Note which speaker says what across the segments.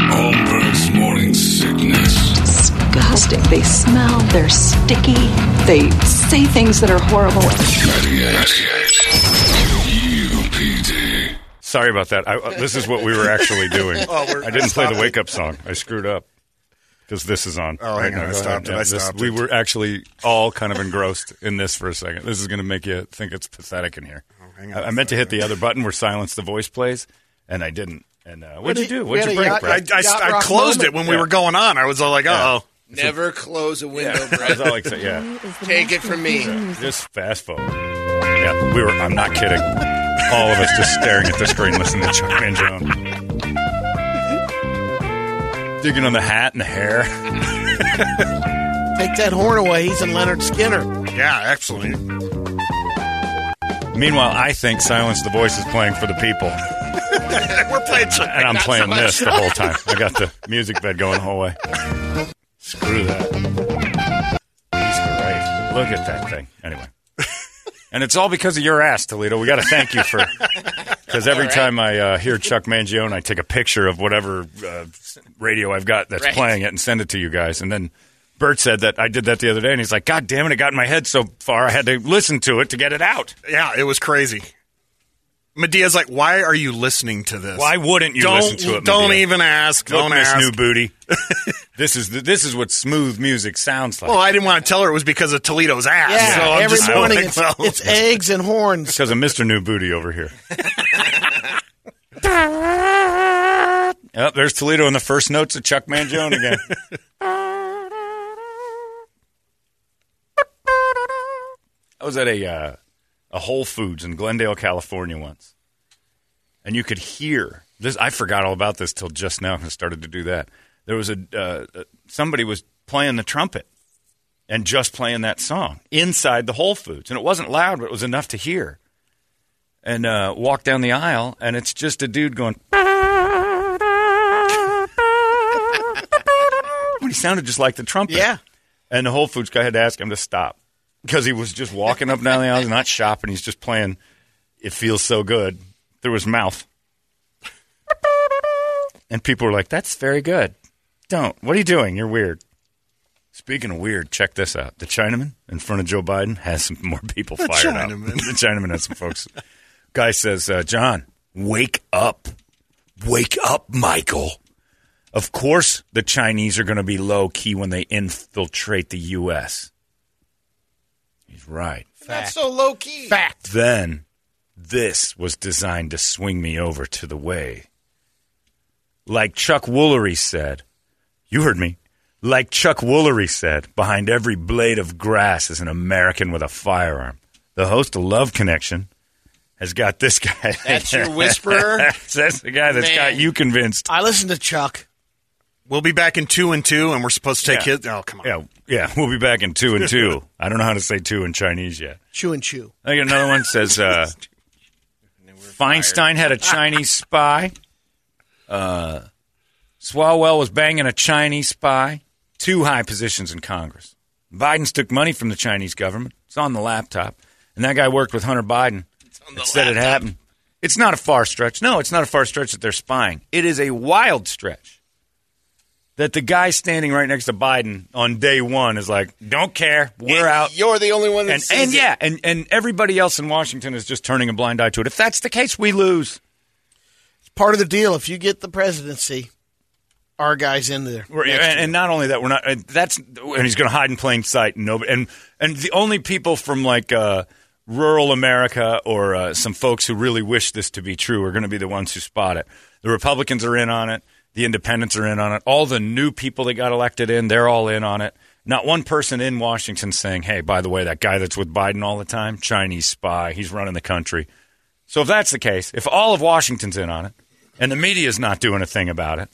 Speaker 1: Holmberg's morning sickness.
Speaker 2: disgusting. They smell, they're sticky, they say things that are horrible.
Speaker 1: 98.
Speaker 3: E
Speaker 1: UPD.
Speaker 4: Sorry about that. I, uh, this is what we were actually doing.
Speaker 5: Oh, we're-
Speaker 4: I didn't play the
Speaker 5: stop it.
Speaker 4: wake up song. I screwed up because this is on.
Speaker 5: Oh, hang on. I
Speaker 4: Go
Speaker 5: stopped it.
Speaker 4: Yeah,
Speaker 5: I
Speaker 4: this-
Speaker 5: stopped
Speaker 4: we
Speaker 5: it.
Speaker 4: were actually all kind of engrossed in this for a second. This is going to make you think it's pathetic in here.
Speaker 5: Oh, hang on
Speaker 4: I,
Speaker 5: a
Speaker 4: I meant to hit the other button where silence the voice plays, and I didn't. And uh, what'd you do?
Speaker 5: We
Speaker 4: What'd
Speaker 5: had
Speaker 4: you
Speaker 5: a
Speaker 4: break,
Speaker 5: yacht-
Speaker 4: Brad?
Speaker 5: I, I- I closed it when we
Speaker 4: Yeah.
Speaker 5: were going on. I was all like, uh oh.
Speaker 6: Never close a window,
Speaker 4: That was
Speaker 6: Brett.
Speaker 4: all I could say. Yeah.
Speaker 6: Take it from me.
Speaker 4: Just fast forward. Yeah, we were. I'm not kidding. All of us just staring at the screen, listening to Chuck Van Jones. Digging on the hat and the hair.
Speaker 6: Take that horn away. He's in Leonard Skinner.
Speaker 5: Yeah, absolutely.
Speaker 4: Meanwhile, I think Silence the Voice is playing for the people,
Speaker 5: We're playing some.
Speaker 4: and I'm
Speaker 5: not
Speaker 4: playing
Speaker 5: so
Speaker 4: this
Speaker 5: much.
Speaker 4: the whole time. I got the music bed going the whole way. Screw that. He's great. Look at that thing. Anyway. And it's all because of your ass, Toledo. We got to thank you for because every time I uh, hear Chuck Mangione, I take a picture of whatever uh, radio I've got that's
Speaker 6: Right.
Speaker 4: playing it and send it to you guys. And then Bert said that I did that the other day, and he's like, "God damn it, it got in my head so far. I had to listen to it to get it out.
Speaker 5: Yeah, it was crazy. Medea's like, why are you listening to this?
Speaker 4: Why wouldn't you
Speaker 5: don't,
Speaker 4: listen to it?
Speaker 5: Don't
Speaker 4: Medea?
Speaker 5: even ask.
Speaker 4: Look,
Speaker 5: Don't
Speaker 4: Miss
Speaker 5: ask.
Speaker 4: New Booty. this is the, this is what smooth music sounds like.
Speaker 5: well, I didn't want to tell her it was because of Toledo's ass.
Speaker 6: Yeah,
Speaker 5: so I'm
Speaker 6: every
Speaker 5: just
Speaker 6: morning
Speaker 5: like,
Speaker 6: it's,
Speaker 5: well,
Speaker 6: it's eggs and horns.
Speaker 4: because of Mister New Booty over here. yep, Oh, there's Toledo in the first notes of Chuck Mangione again. I was at a uh, a Whole Foods in Glendale, California once, and you could hear this. I forgot all about this till just now. 'cause I started to do that. There was a uh, uh, somebody was playing the trumpet and just playing that song inside the Whole Foods, and it wasn't loud, but it was enough to hear. And uh, walk down the aisle, and it's just a dude going. But he sounded just like the trumpet.
Speaker 6: Yeah.
Speaker 4: And the Whole Foods guy had to ask him to stop because he was just walking up and down the aisle, he's not shopping, he's just playing It Feels So Good through his mouth. And people were like, That's very good. Don't. What are you doing? You're weird. Speaking of weird, check this out. The Chinaman in front of Joe Biden has some more people
Speaker 5: The
Speaker 4: fired
Speaker 5: Chinaman.
Speaker 4: up. The Chinaman has some folks. Guy says, uh, John, wake up. Wake up, Michael. Of course, the Chinese are going to be low key when they infiltrate the U.S. He's right.
Speaker 6: That's so low key. Fact.
Speaker 4: Then this was designed to swing me over to the way. Like Chuck Woolery said, you heard me. Like Chuck Woolery said, behind every blade of grass is an American with a firearm. The host of Love Connection has got this guy.
Speaker 6: That's your whisperer?
Speaker 4: That's the guy that's
Speaker 6: Man.
Speaker 4: got you convinced.
Speaker 6: I listened to Chuck.
Speaker 5: we'll be back in two and two, and we're supposed to take
Speaker 4: Yeah.
Speaker 5: his. Oh, come on.
Speaker 4: Yeah, yeah, we'll be back in two and two. I don't know how to say two in Chinese yet.
Speaker 6: Chew and chew.
Speaker 4: I think another one says uh, Feinstein had a Chinese spy. Uh, Swalwell was banging a Chinese spy. Two high positions in Congress. Biden's took money from the Chinese government. It's on the laptop. And that guy worked with Hunter Biden. It said it happened. It's not a far stretch. No, it's not a far stretch that they're spying. It is a wild stretch that the guy standing right next to Biden on day one is like, don't care. We're
Speaker 6: And
Speaker 4: out
Speaker 6: You're the only one that
Speaker 4: and
Speaker 6: sees
Speaker 4: and
Speaker 6: it.
Speaker 4: yeah, and and everybody else in Washington is just turning a blind eye to it. If that's the case, we lose.
Speaker 7: part of the deal. If you get the presidency,
Speaker 6: our guys in there.
Speaker 4: We're,
Speaker 6: next
Speaker 4: and,
Speaker 6: year.
Speaker 4: and not only that, we're not. And that's and he's going to hide in plain sight. And nobody and and the only people from like uh, rural America or uh, some folks who really wish this to be true are going to be the ones who spot it. The Republicans are in on it. The Independents are in on it. All the new people that got elected in, they're all in on it. Not one person in Washington saying, "Hey, by the way, that guy that's with Biden all the time, Chinese spy, he's running the country." So if that's the case, if all of Washington's in on it, and the media's not doing a thing about it,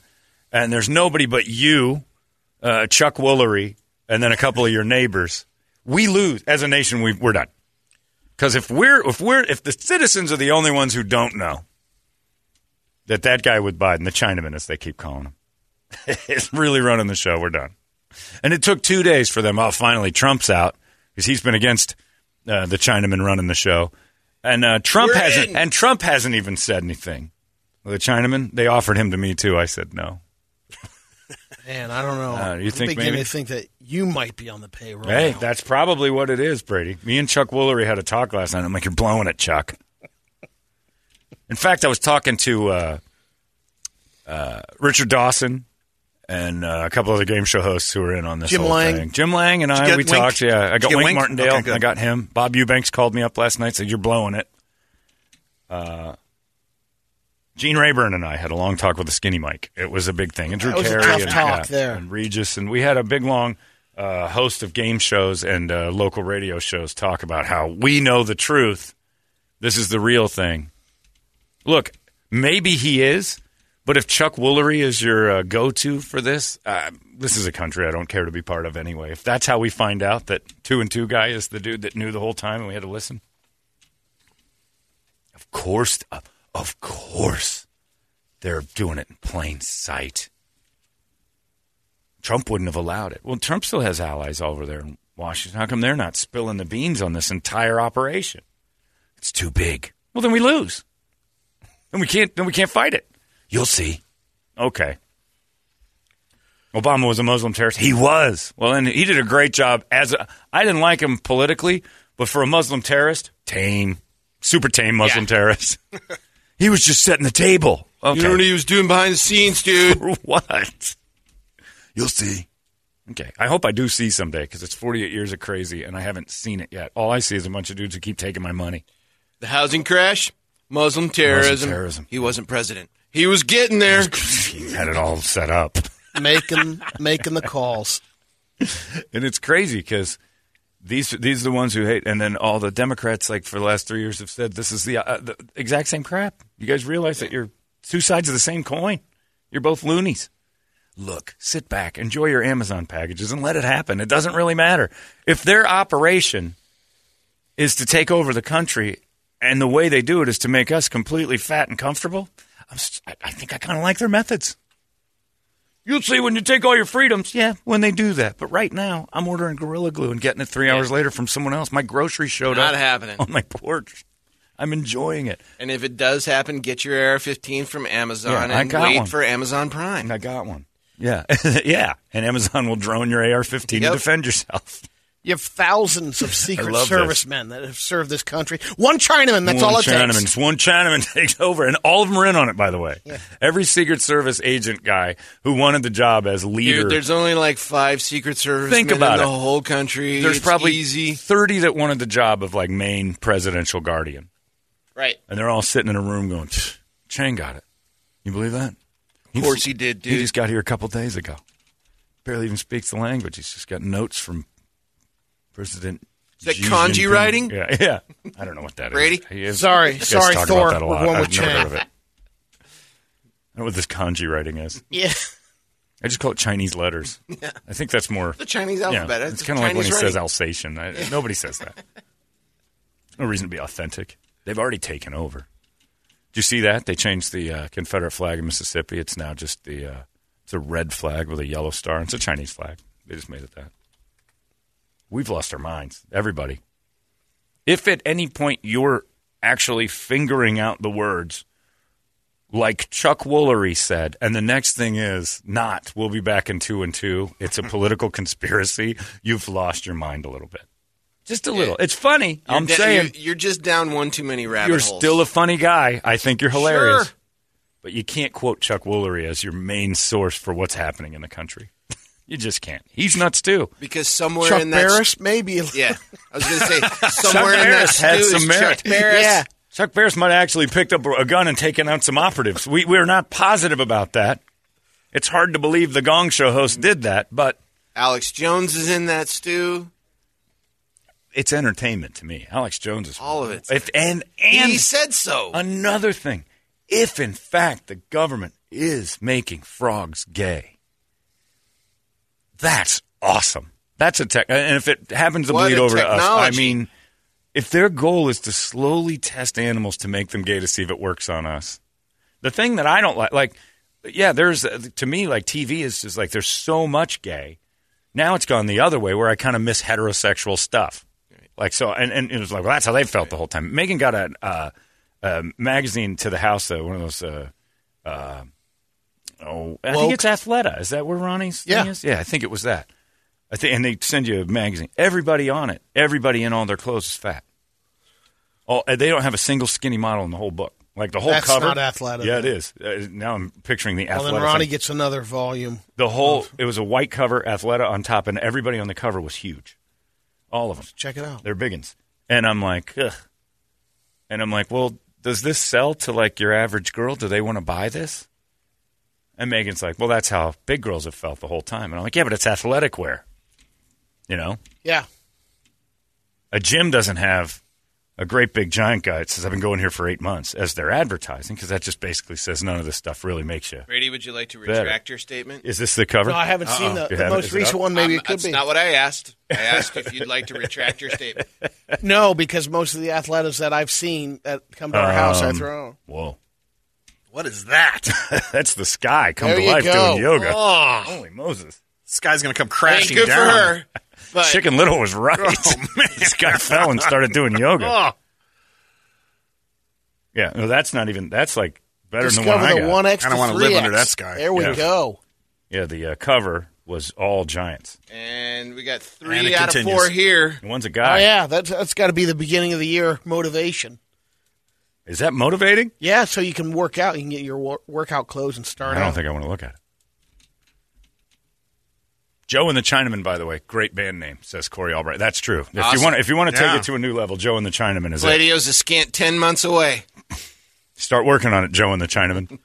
Speaker 4: and there's nobody but you, uh, Chuck Woolery, and then a couple of your neighbors, we lose as a nation. We, we're done. Because if we're if we're if the citizens are the only ones who don't know that that guy with Biden, the Chinaman, as they keep calling him, is really running the show, we're done. And it took two days for them. Oh, finally, Trump's out because he's been against uh, the Chinaman running the show, and uh, Trump
Speaker 6: We're
Speaker 4: hasn't.
Speaker 6: in.
Speaker 4: And Trump hasn't even said anything. Well, the Chinaman, they offered him to me too. I said no.
Speaker 6: Man, I don't know.
Speaker 4: Uh, you
Speaker 6: I'm
Speaker 4: think
Speaker 6: beginning
Speaker 4: maybe-
Speaker 6: to think that you might be on the payroll.
Speaker 4: Hey,
Speaker 6: now.
Speaker 4: that's probably what it is, Brady. Me and Chuck Woolery had a talk last night. I'm like, you're blowing it, Chuck. In fact, I was talking to uh, uh, Richard Dawson and uh, a couple other game show hosts who were in on this
Speaker 6: Jim
Speaker 4: whole
Speaker 6: Lang?
Speaker 4: thing. Jim Lang and
Speaker 5: you
Speaker 4: I,
Speaker 5: get
Speaker 4: we
Speaker 5: Wink?
Speaker 4: talked. Yeah, I
Speaker 5: Did
Speaker 4: got
Speaker 5: you get
Speaker 4: Wink
Speaker 5: Wink?
Speaker 4: Martindale.
Speaker 5: Okay, good.
Speaker 4: I got him. Bob Eubanks called me up last night. Said you're blowing it. Uh, Gene Rayburn and I had a long talk with the Skinny Mike. It was a big thing. And Drew
Speaker 6: That was a
Speaker 4: Carey
Speaker 6: tough
Speaker 4: and,
Speaker 6: talk
Speaker 4: yeah,
Speaker 6: there.
Speaker 4: and Regis, and we had a big long uh, host of game shows and uh, local radio shows talk about how we know the truth. This is the real thing. Look, maybe he is, but if Chuck Woolery is your uh, go-to for this, uh, this is a country I don't care to be part of anyway. If that's how we find out that two and two guy is the dude that knew the whole time and we had to listen, of course, uh, of course, they're doing it in plain sight. Trump wouldn't have allowed it. Well, Trump still has allies over there in Washington. How come they're not spilling the beans on this entire operation? It's too big. Well, then we lose. Then we can't. Then we can't fight it. You'll see. Okay. Obama was a Muslim terrorist. He was. Well, and he did a great job as a. I didn't like him politically, but for a Muslim terrorist, tame, super tame Muslim terrorist. he was just setting the table. Okay.
Speaker 7: You know what he was doing behind the scenes, dude.
Speaker 4: For what? You'll see. Okay. I hope I do see someday because it's 48 years of crazy and I haven't seen it yet. All I see is a bunch of dudes who keep taking my money.
Speaker 7: The housing crash, Muslim terrorism.
Speaker 4: terrorism.
Speaker 7: He wasn't president. He was getting there.
Speaker 4: He had it all set up.
Speaker 6: making making the calls.
Speaker 4: And it's crazy because these, these are the ones who hate. And then all the Democrats, like for the last three years, have said this is the, uh, the exact same crap. You guys realize that you're two sides of the same coin. You're both loonies. Look, sit back, enjoy your Amazon packages, and let it happen. It doesn't really matter. If their operation is to take over the country, and the way they do it is to make us completely fat and comfortable, I'm, s- I- I think I kind of like their methods. You'll see when you take all your freedoms. Yeah, when they do that. But right now, I'm ordering Gorilla Glue and getting it three hours later from someone else. My grocery showed
Speaker 7: Not
Speaker 4: up Oh.
Speaker 7: happening.
Speaker 4: on my porch. I'm enjoying it.
Speaker 7: And if it does happen, get your Air 15 from Amazon
Speaker 4: Yeah, I
Speaker 7: and
Speaker 4: got
Speaker 7: wait
Speaker 4: one.
Speaker 7: for Amazon Prime.
Speaker 4: I got one. Yeah. yeah. And Amazon will drone your AR 15
Speaker 7: Yep.
Speaker 4: to defend yourself.
Speaker 6: You have thousands of Secret
Speaker 4: love
Speaker 6: Service
Speaker 4: this.
Speaker 6: men that have served this country. One Chinaman. That's
Speaker 4: one
Speaker 6: all it
Speaker 4: Chinaman,
Speaker 6: takes.
Speaker 4: One Chinaman takes over, and all of them are in on it, by the way. Every Secret Service agent guy who wanted the job as leader.
Speaker 7: Dude, there's only like five Secret Service
Speaker 4: Think
Speaker 7: men
Speaker 4: about
Speaker 7: in
Speaker 4: it.
Speaker 7: the whole country.
Speaker 4: there's
Speaker 7: It's
Speaker 4: probably
Speaker 7: easy.
Speaker 4: 30 that wanted the job of like main presidential guardian.
Speaker 7: Right.
Speaker 4: And they're all sitting in a room going, "Pfft, Chang got it. You believe that?
Speaker 7: Of course he did, dude.
Speaker 4: He just got here a couple days ago. Barely even speaks the language. He's just got notes from President.
Speaker 7: Is that
Speaker 4: Xi
Speaker 7: kanji
Speaker 4: Jinping.
Speaker 7: writing?
Speaker 4: Yeah, yeah. I don't know what that is.
Speaker 7: Brady?
Speaker 4: He is.
Speaker 6: Sorry,
Speaker 4: you guys
Speaker 6: sorry,
Speaker 4: talk
Speaker 6: Thor.
Speaker 4: About that a
Speaker 6: We're
Speaker 4: lot.
Speaker 6: going
Speaker 4: I've
Speaker 6: with
Speaker 4: never
Speaker 6: Chang.
Speaker 4: heard of it. I don't know what this kanji writing is.
Speaker 6: Yeah.
Speaker 4: I just call it Chinese letters. Yeah. I think that's more
Speaker 7: the Chinese alphabet.
Speaker 4: yeah,
Speaker 7: That's
Speaker 4: it's kind of like when he
Speaker 7: Chinese
Speaker 4: says
Speaker 7: writing.
Speaker 4: Alsatian. I, nobody says that. No reason to be authentic. They've already taken over. Did you see that? They changed the uh, Confederate flag in Mississippi. It's now just the uh, it's a red flag with a yellow star. It's a Chinese flag. They just made it that. We've lost our minds, everybody. If at any point you're actually fingering out the words like Chuck Woolery said, and the next thing is not. We'll be back in two and two. It's a political conspiracy. You've lost your mind a little bit, just a little. It's funny.
Speaker 7: You're
Speaker 4: I'm
Speaker 7: da-
Speaker 4: saying
Speaker 7: you're, you're just down one too many rabbit
Speaker 4: you're
Speaker 7: holes.
Speaker 4: still a funny guy. I think you're hilarious.
Speaker 7: Sure.
Speaker 4: But you can't quote Chuck Woolery as your main source for what's happening in the country. you just can't. He's nuts too.
Speaker 7: Because somewhere
Speaker 6: Chuck
Speaker 7: in that.
Speaker 6: Barris, maybe.
Speaker 7: Yeah. I was going to say, somewhere in that
Speaker 4: Barris
Speaker 7: stew
Speaker 4: had
Speaker 7: is
Speaker 4: some merit.
Speaker 7: Chuck Barris.
Speaker 6: Yeah.
Speaker 4: Chuck Barris might have actually picked up a gun and taken out some operatives. We we're not positive about that. It's hard to believe the Gong Show host did that, but
Speaker 7: Alex Jones is in that stew.
Speaker 4: it's entertainment to me. Alex Jones is
Speaker 7: All of it.
Speaker 4: If, and and
Speaker 7: he said so.
Speaker 4: Another thing, if in fact the government is making frogs gay, that's awesome. That's a tech, and if it happens to
Speaker 7: What
Speaker 4: bleed
Speaker 7: a
Speaker 4: over to us, I
Speaker 7: technology.
Speaker 4: mean, if their goal is to slowly test animals to make them gay to see if it works on us, the thing that I don't like, like, yeah, there's uh, to me like TV is just like there's so much gay. Now it's gone the other way where I kind of miss heterosexual stuff. Like so, and, and it was like, well, that's how they felt the whole time. Megan got a, uh, a magazine to the house, though, one of those. Uh, uh, oh, I think
Speaker 6: Woke.
Speaker 4: it's Athleta. Is that where Ronnie's thing
Speaker 6: Yeah.
Speaker 4: is? Yeah, I think it was that. I think, and they send you a magazine. Everybody on it, everybody in all their clothes is fat. All, and they don't have a single skinny model in the whole book. Like the whole
Speaker 6: That's
Speaker 4: cover.
Speaker 6: not Athleta,
Speaker 4: Yeah, it
Speaker 6: though.
Speaker 4: is. Uh, now I'm picturing the
Speaker 6: Well,
Speaker 4: Athleta.
Speaker 6: then Ronnie
Speaker 4: thing.
Speaker 6: gets another volume.
Speaker 4: The whole it was a white cover, Athleta on top, and everybody on the cover was huge. All of them.
Speaker 6: Check it out.
Speaker 4: They're biggins. And I'm like, ugh. And I'm like, well, does this sell to like your average girl? Do they want to buy this? And Megan's like, well, that's how big girls have felt the whole time. And I'm like, yeah, but it's athletic wear. You know,
Speaker 6: Yeah.
Speaker 4: a gym doesn't have a great big giant guy that says, I've been going here for eight months as they're advertising because that just basically says none of this stuff really makes you.
Speaker 7: Brady, would you like to
Speaker 4: Better.
Speaker 7: retract your statement?
Speaker 4: Is this the cover? Uh-uh.
Speaker 6: No, I haven't seen the,
Speaker 4: You
Speaker 6: the
Speaker 4: haven't?
Speaker 6: most
Speaker 4: Is it
Speaker 6: recent
Speaker 4: up?
Speaker 6: one. Maybe
Speaker 7: I'm-
Speaker 6: it could
Speaker 7: that's
Speaker 6: be.
Speaker 7: not what I asked. I asked if you'd like to retract your statement.
Speaker 6: no, because most of the athletas that I've seen that come to our house, I
Speaker 4: Um,
Speaker 6: throw.
Speaker 4: Whoa.
Speaker 5: What is that?
Speaker 4: That's the sky come
Speaker 6: There
Speaker 4: to
Speaker 6: you
Speaker 4: life
Speaker 6: go.
Speaker 4: doing yoga.
Speaker 5: oh,
Speaker 4: Holy Moses.
Speaker 5: this guy's gonna come
Speaker 7: Ain't
Speaker 5: crashing
Speaker 7: good
Speaker 5: down.
Speaker 7: for her. But
Speaker 4: Chicken Little was right.
Speaker 5: Oh, man.
Speaker 4: this guy fell and started doing yoga.
Speaker 5: Oh,
Speaker 4: Yeah, no, that's not even. That's like better than
Speaker 6: Discover the
Speaker 4: the one I got.
Speaker 6: one X
Speaker 5: I
Speaker 6: to
Speaker 5: don't wanna
Speaker 6: three
Speaker 5: live
Speaker 6: X.
Speaker 5: under that sky.
Speaker 6: There we
Speaker 4: Yeah.
Speaker 6: go.
Speaker 4: yeah, the uh, cover was all giants.
Speaker 7: and we got
Speaker 5: And
Speaker 7: three
Speaker 5: it
Speaker 7: out
Speaker 5: continues.
Speaker 7: of four here.
Speaker 4: The one's a
Speaker 6: Oh
Speaker 4: guy.
Speaker 6: yeah, that's that's got to be the beginning of the year motivation.
Speaker 4: Is that motivating?
Speaker 6: Yeah, so you can work out. You can get your wor- workout clothes and start.
Speaker 4: I don't
Speaker 6: out.
Speaker 4: think I want to look at it. Joe and the Chinaman, by the way, great band name, says Corey Albright. That's true. If you
Speaker 7: Awesome.
Speaker 4: want, if you want to
Speaker 5: Yeah.
Speaker 4: take it to a new level, Joe and the Chinaman is it.
Speaker 7: Pladio's a scant ten months away.
Speaker 4: Start working on it, Joe and the Chinaman.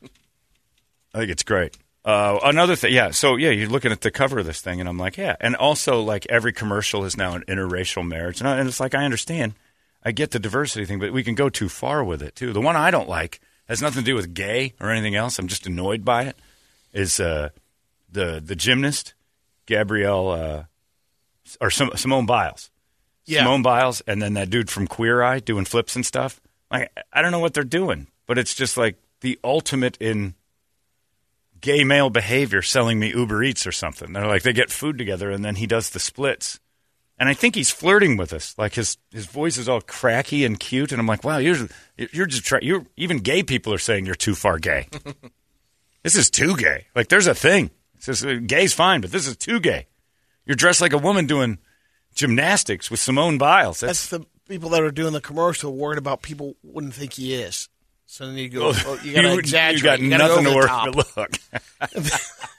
Speaker 4: I think it's great. Uh, another thing, yeah. So yeah, you're looking at the cover of this thing, and I'm like, yeah. And also, like every commercial is now an interracial marriage, and, I, and it's like I understand, I get the diversity thing, but we can go too far with it too. The one I don't like has nothing to do with gay or anything else. I'm just annoyed by it. Is uh, the the gymnast Gabrielle uh, or Sim- Simone Biles?
Speaker 6: Yeah.
Speaker 4: Simone Biles, and then that dude from Queer Eye doing flips and stuff. Like I don't know what they're doing, but it's just like the ultimate in gay male behavior selling me Uber Eats or something. They're like they get food together and then he does the splits. And I think he's flirting with us. Like his his voice is all cracky and cute and I'm like, "Wow, you're you're just try- you're even gay people are saying you're too far gay." this is too gay. Like there's a thing. It's just, uh, gay's fine, but this is too gay. You're dressed like a woman doing gymnastics with Simone Biles.
Speaker 6: that's
Speaker 4: That's,
Speaker 6: the people that are doing the commercial worried about people wouldn't think he is. So then you go, oh, you
Speaker 4: you-
Speaker 6: gotta
Speaker 4: you
Speaker 6: exaggerate.
Speaker 4: got
Speaker 6: You gotta go
Speaker 4: nothing to
Speaker 6: over
Speaker 4: work
Speaker 6: the top.
Speaker 4: with. Look.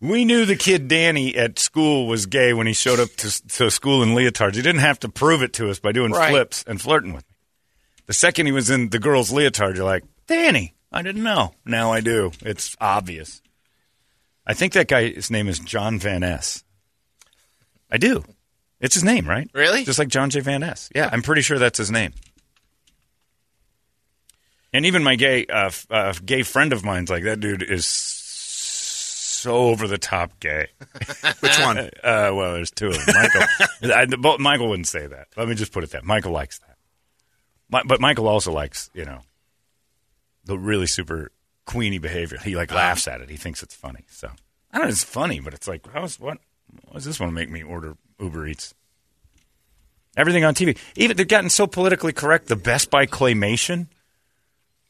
Speaker 4: We knew the kid Danny at school was gay when he showed up to, to school in leotards. He didn't have to prove it to us by doing
Speaker 6: Right.
Speaker 4: flips and flirting with me. The second he was in the girl's leotard, you're like, Danny, I didn't know. Now I do. It's obvious. I think that guy, his name is John Van S. I do. It's his name, right?
Speaker 7: Really?
Speaker 4: Just like John J. Van S. Yeah, I'm pretty sure that's his name. And even my gay uh, f- uh, gay friend of mine's like that dude is so over the top gay.
Speaker 5: which one?
Speaker 4: Uh, well, there's two of them. Michael, I, the- but Michael wouldn't say that. Let me just put it that Michael likes that, Mi- but Michael also likes you know the really super queeny behavior. He like laughs at it. He thinks it's funny. So I don't know. It's funny, but it's like how's what? Why does this want to make me order Uber Eats? Everything on TV. Even they've gotten so politically correct. The Best Buy claymation.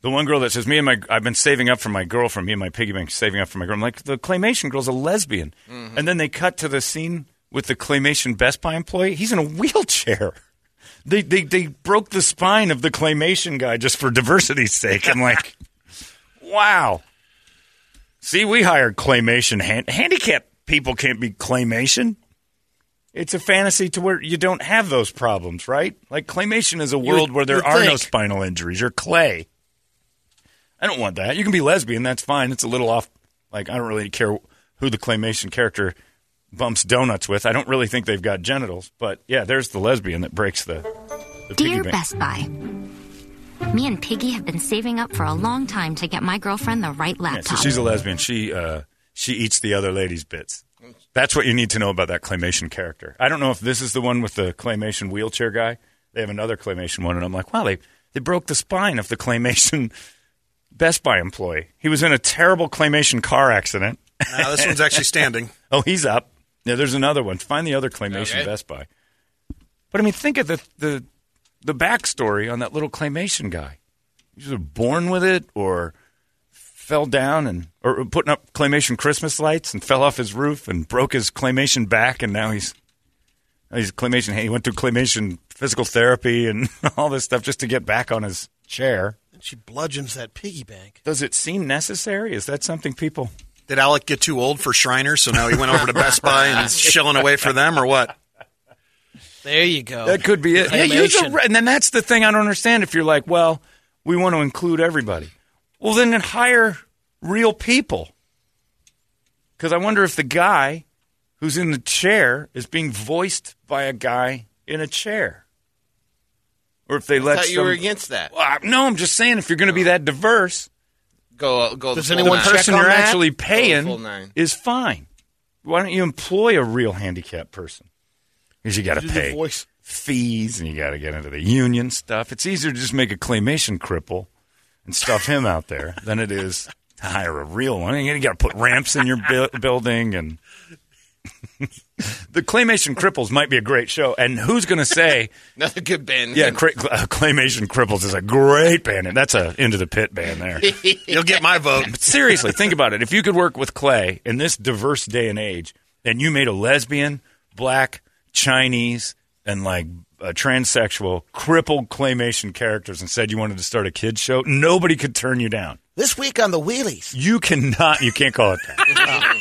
Speaker 4: The one girl that says, "Me and my, I've been saving up for my girlfriend. Me and my piggy bank saving up for my girl." I'm like, the claymation girl's a lesbian, and then they cut to the scene with the claymation Best Buy employee. He's in a wheelchair. They they they broke the spine of the claymation guy just for diversity's sake. I'm like, Wow. See, we hired claymation. Hand- handicapped people can't be claymation. It's a fantasy to where you don't have those problems, right? Like claymation is a world where there
Speaker 6: you'd
Speaker 4: are no
Speaker 6: think.
Speaker 4: spinal injuries. You're clay. I don't want that. You can be lesbian. That's fine. It's a little off. Like I don't really care who the claymation character bumps donuts with. I don't really think they've got genitals. But yeah, there's the lesbian that breaks the. the piggy
Speaker 8: Dear
Speaker 4: bank.
Speaker 8: Best Buy, me and Piggy have been saving up for a long time to get my girlfriend the right
Speaker 4: Yeah, so
Speaker 8: laptop.
Speaker 4: she's a lesbian. She uh, she eats the other lady's bits. That's what you need to know about that claymation character. I don't know if this is the one with the claymation wheelchair guy. They have another claymation one, and I'm like, wow, they they broke the spine of the claymation Best Buy employee. He was in a terrible claymation car accident.
Speaker 5: Uh, this one's actually standing.
Speaker 4: Oh, he's up. Yeah, there's another one. Find the other claymation
Speaker 7: Okay.
Speaker 4: Best Buy. But I mean, think of the the the backstory on that little claymation guy. He's either born with it or fell down and or putting up claymation Christmas lights and fell off his roof and broke his claymation back and now he's now he's claymation. He went through claymation physical therapy and all this stuff just to get back on his chair.
Speaker 6: And she bludgeons that piggy bank.
Speaker 4: Does it seem necessary? Is that something people?
Speaker 5: Did Alec get too old for Shriners, so now he went over to Best Buy and is shilling away for them, or what?
Speaker 6: There you go.
Speaker 4: That could be it. Yeah, use a,
Speaker 6: Claymation.
Speaker 4: re- and then that's the thing I don't understand. If you're like, well, we want to include everybody, well, then hire real people. Because I wonder if the guy who's in the chair is being voiced by a guy in a chair, or if they
Speaker 7: I
Speaker 4: let
Speaker 7: thought you
Speaker 4: some-
Speaker 7: were against that.
Speaker 4: Well, I- no, I'm just saying if you're going to be that diverse,
Speaker 7: Go, go.
Speaker 6: Does
Speaker 7: the full
Speaker 6: anyone
Speaker 4: the
Speaker 7: nine.
Speaker 6: check
Speaker 4: person
Speaker 6: on
Speaker 4: you're
Speaker 6: that?
Speaker 4: actually
Speaker 7: Full
Speaker 4: paying
Speaker 7: nine.
Speaker 4: is fine. Why don't you employ a real handicapped person? Because you got to
Speaker 6: Do the
Speaker 4: pay
Speaker 6: voice.
Speaker 4: fees and you got to get into the union stuff. It's easier to just make a claymation cripple and stuff him out there than it is to hire a real one. And you got to put ramps in your bu- building and the claymation cripples might be a great show. And who's going to say?
Speaker 7: Another good band.
Speaker 4: Yeah, cra- cl- uh, claymation cripples is a great band. And that's a into the pit band there.
Speaker 5: You'll get my vote.
Speaker 4: But seriously, think about it. If you could work with Clay in this diverse day and age, and you made a lesbian, black, Chinese, and like a transsexual, crippled claymation characters and said you wanted to start a kid show, nobody could turn you down.
Speaker 6: This week on the Wheelies.
Speaker 4: You cannot, you can't call it that.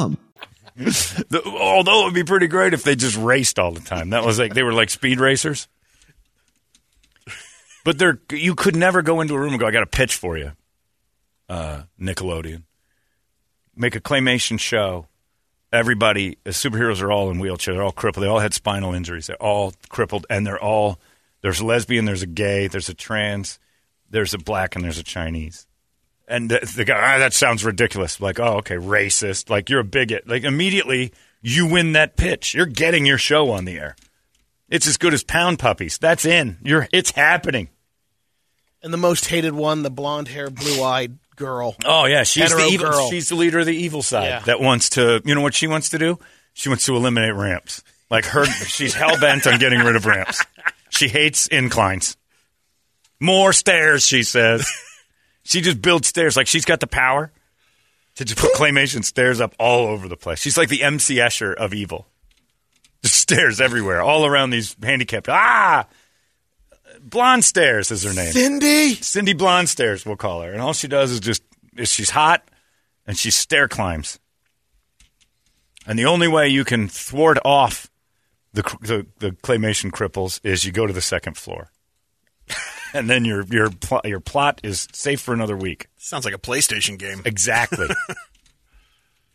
Speaker 4: The- although it would be pretty great if they just raced all the time. That was like, they were like speed racers. But they're, you could never go into a room and go, I got a pitch for you, uh, Nickelodeon. Make a claymation show. Everybody, the superheroes are all in wheelchairs. They're all crippled. They all had spinal injuries. They're all crippled, and they're all there's a lesbian, there's a gay, there's a trans, there's a black, and there's a Chinese. And the, the guy, ah, that sounds ridiculous. Like, oh, okay, racist. Like you're a bigot. Like immediately you win that pitch. You're getting your show on the air. It's as good as Pound Puppies. That's in. You're. It's happening.
Speaker 6: And the most hated one, the blonde hair, blue eyed girl.
Speaker 4: Oh yeah, she's
Speaker 6: Hetero
Speaker 4: the evil.
Speaker 6: girl.
Speaker 4: She's the leader of the evil side
Speaker 6: Yeah.
Speaker 4: that wants to. You know what she wants to do? She wants to eliminate ramps. Like her, she's hell bent on getting rid of ramps. She hates inclines. More stairs, she says. She just builds stairs. Like she's got the power to just put claymation stairs up all over the place. She's like the MC Escher of evil. Just stairs everywhere, all around these handicapped. Ah, blonde stairs is her name.
Speaker 6: Cindy!
Speaker 4: Cindy Blonde stairs, we'll call her. And all she does is just is she's hot and she stair climbs. And the only way you can thwart off the cr- the, the claymation cripples is you go to the second floor. and then your your pl- your plot is safe for another week.
Speaker 5: Sounds like a PlayStation game.
Speaker 4: Exactly.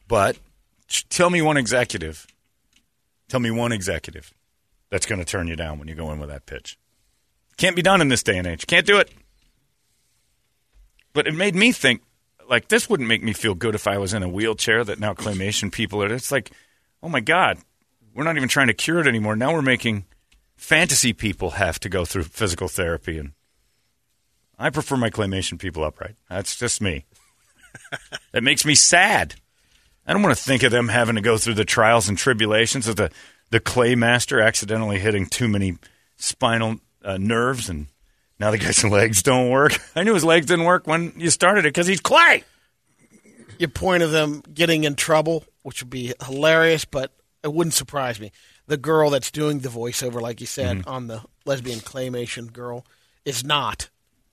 Speaker 4: but sh- tell me one executive. Tell me one executive that's going to turn you down when you go in with that pitch. Can't be done in this day and age. Can't do it. But it made me think like this wouldn't make me feel good if I was in a wheelchair that now claymation people are it's like, "Oh my god, we're not even trying to cure it anymore. Now we're making fantasy people have to go through physical therapy and I prefer my claymation people upright. That's just me. that makes me sad. I don't want to think of them having to go through the trials and tribulations of the, the clay master accidentally hitting too many spinal uh, nerves and now the guy's legs don't work. I knew his legs didn't work when you started it because he's clay.
Speaker 6: Your point of them getting in trouble, which would be hilarious, but it wouldn't surprise me. The girl that's doing the voiceover, like you said,
Speaker 4: Mm-hmm.
Speaker 6: on the lesbian claymation girl, is not,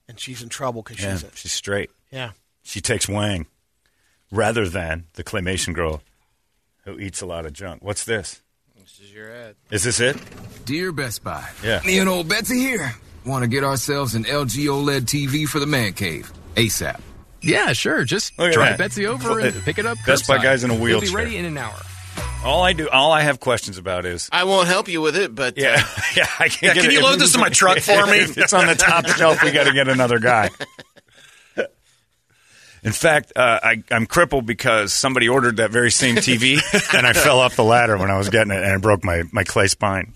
Speaker 6: and she's in trouble because
Speaker 4: Yeah,
Speaker 6: she's a,
Speaker 4: she's straight.
Speaker 6: yeah.
Speaker 4: She takes Wang rather than the claymation girl who eats a lot of junk. What's this?
Speaker 7: This is your ad.
Speaker 4: Is this it?
Speaker 9: Dear Best Buy,
Speaker 4: Yeah.
Speaker 9: me and old Betsy here. Want to get ourselves an LG OLED TV for the man cave ASAP. Yeah, sure. Just
Speaker 4: Look at
Speaker 9: drive
Speaker 4: that.
Speaker 9: Betsy over and pick it up.
Speaker 4: Best Buy
Speaker 9: curbside.
Speaker 4: guys in a
Speaker 9: We'll be
Speaker 4: wheelchair.
Speaker 9: ready in an hour.
Speaker 4: All I do, all I have questions about is
Speaker 7: I won't help you with it, but uh,
Speaker 4: yeah, yeah. I can't
Speaker 5: uh, Yeah,
Speaker 4: get
Speaker 5: can
Speaker 4: it.
Speaker 5: you load this in my truck for me?
Speaker 4: If it's on the top shelf. We got to get another guy. In fact, uh, I, I'm crippled because somebody ordered that very same TV, and I fell off the ladder when I was getting it, and I broke my, my clay spine.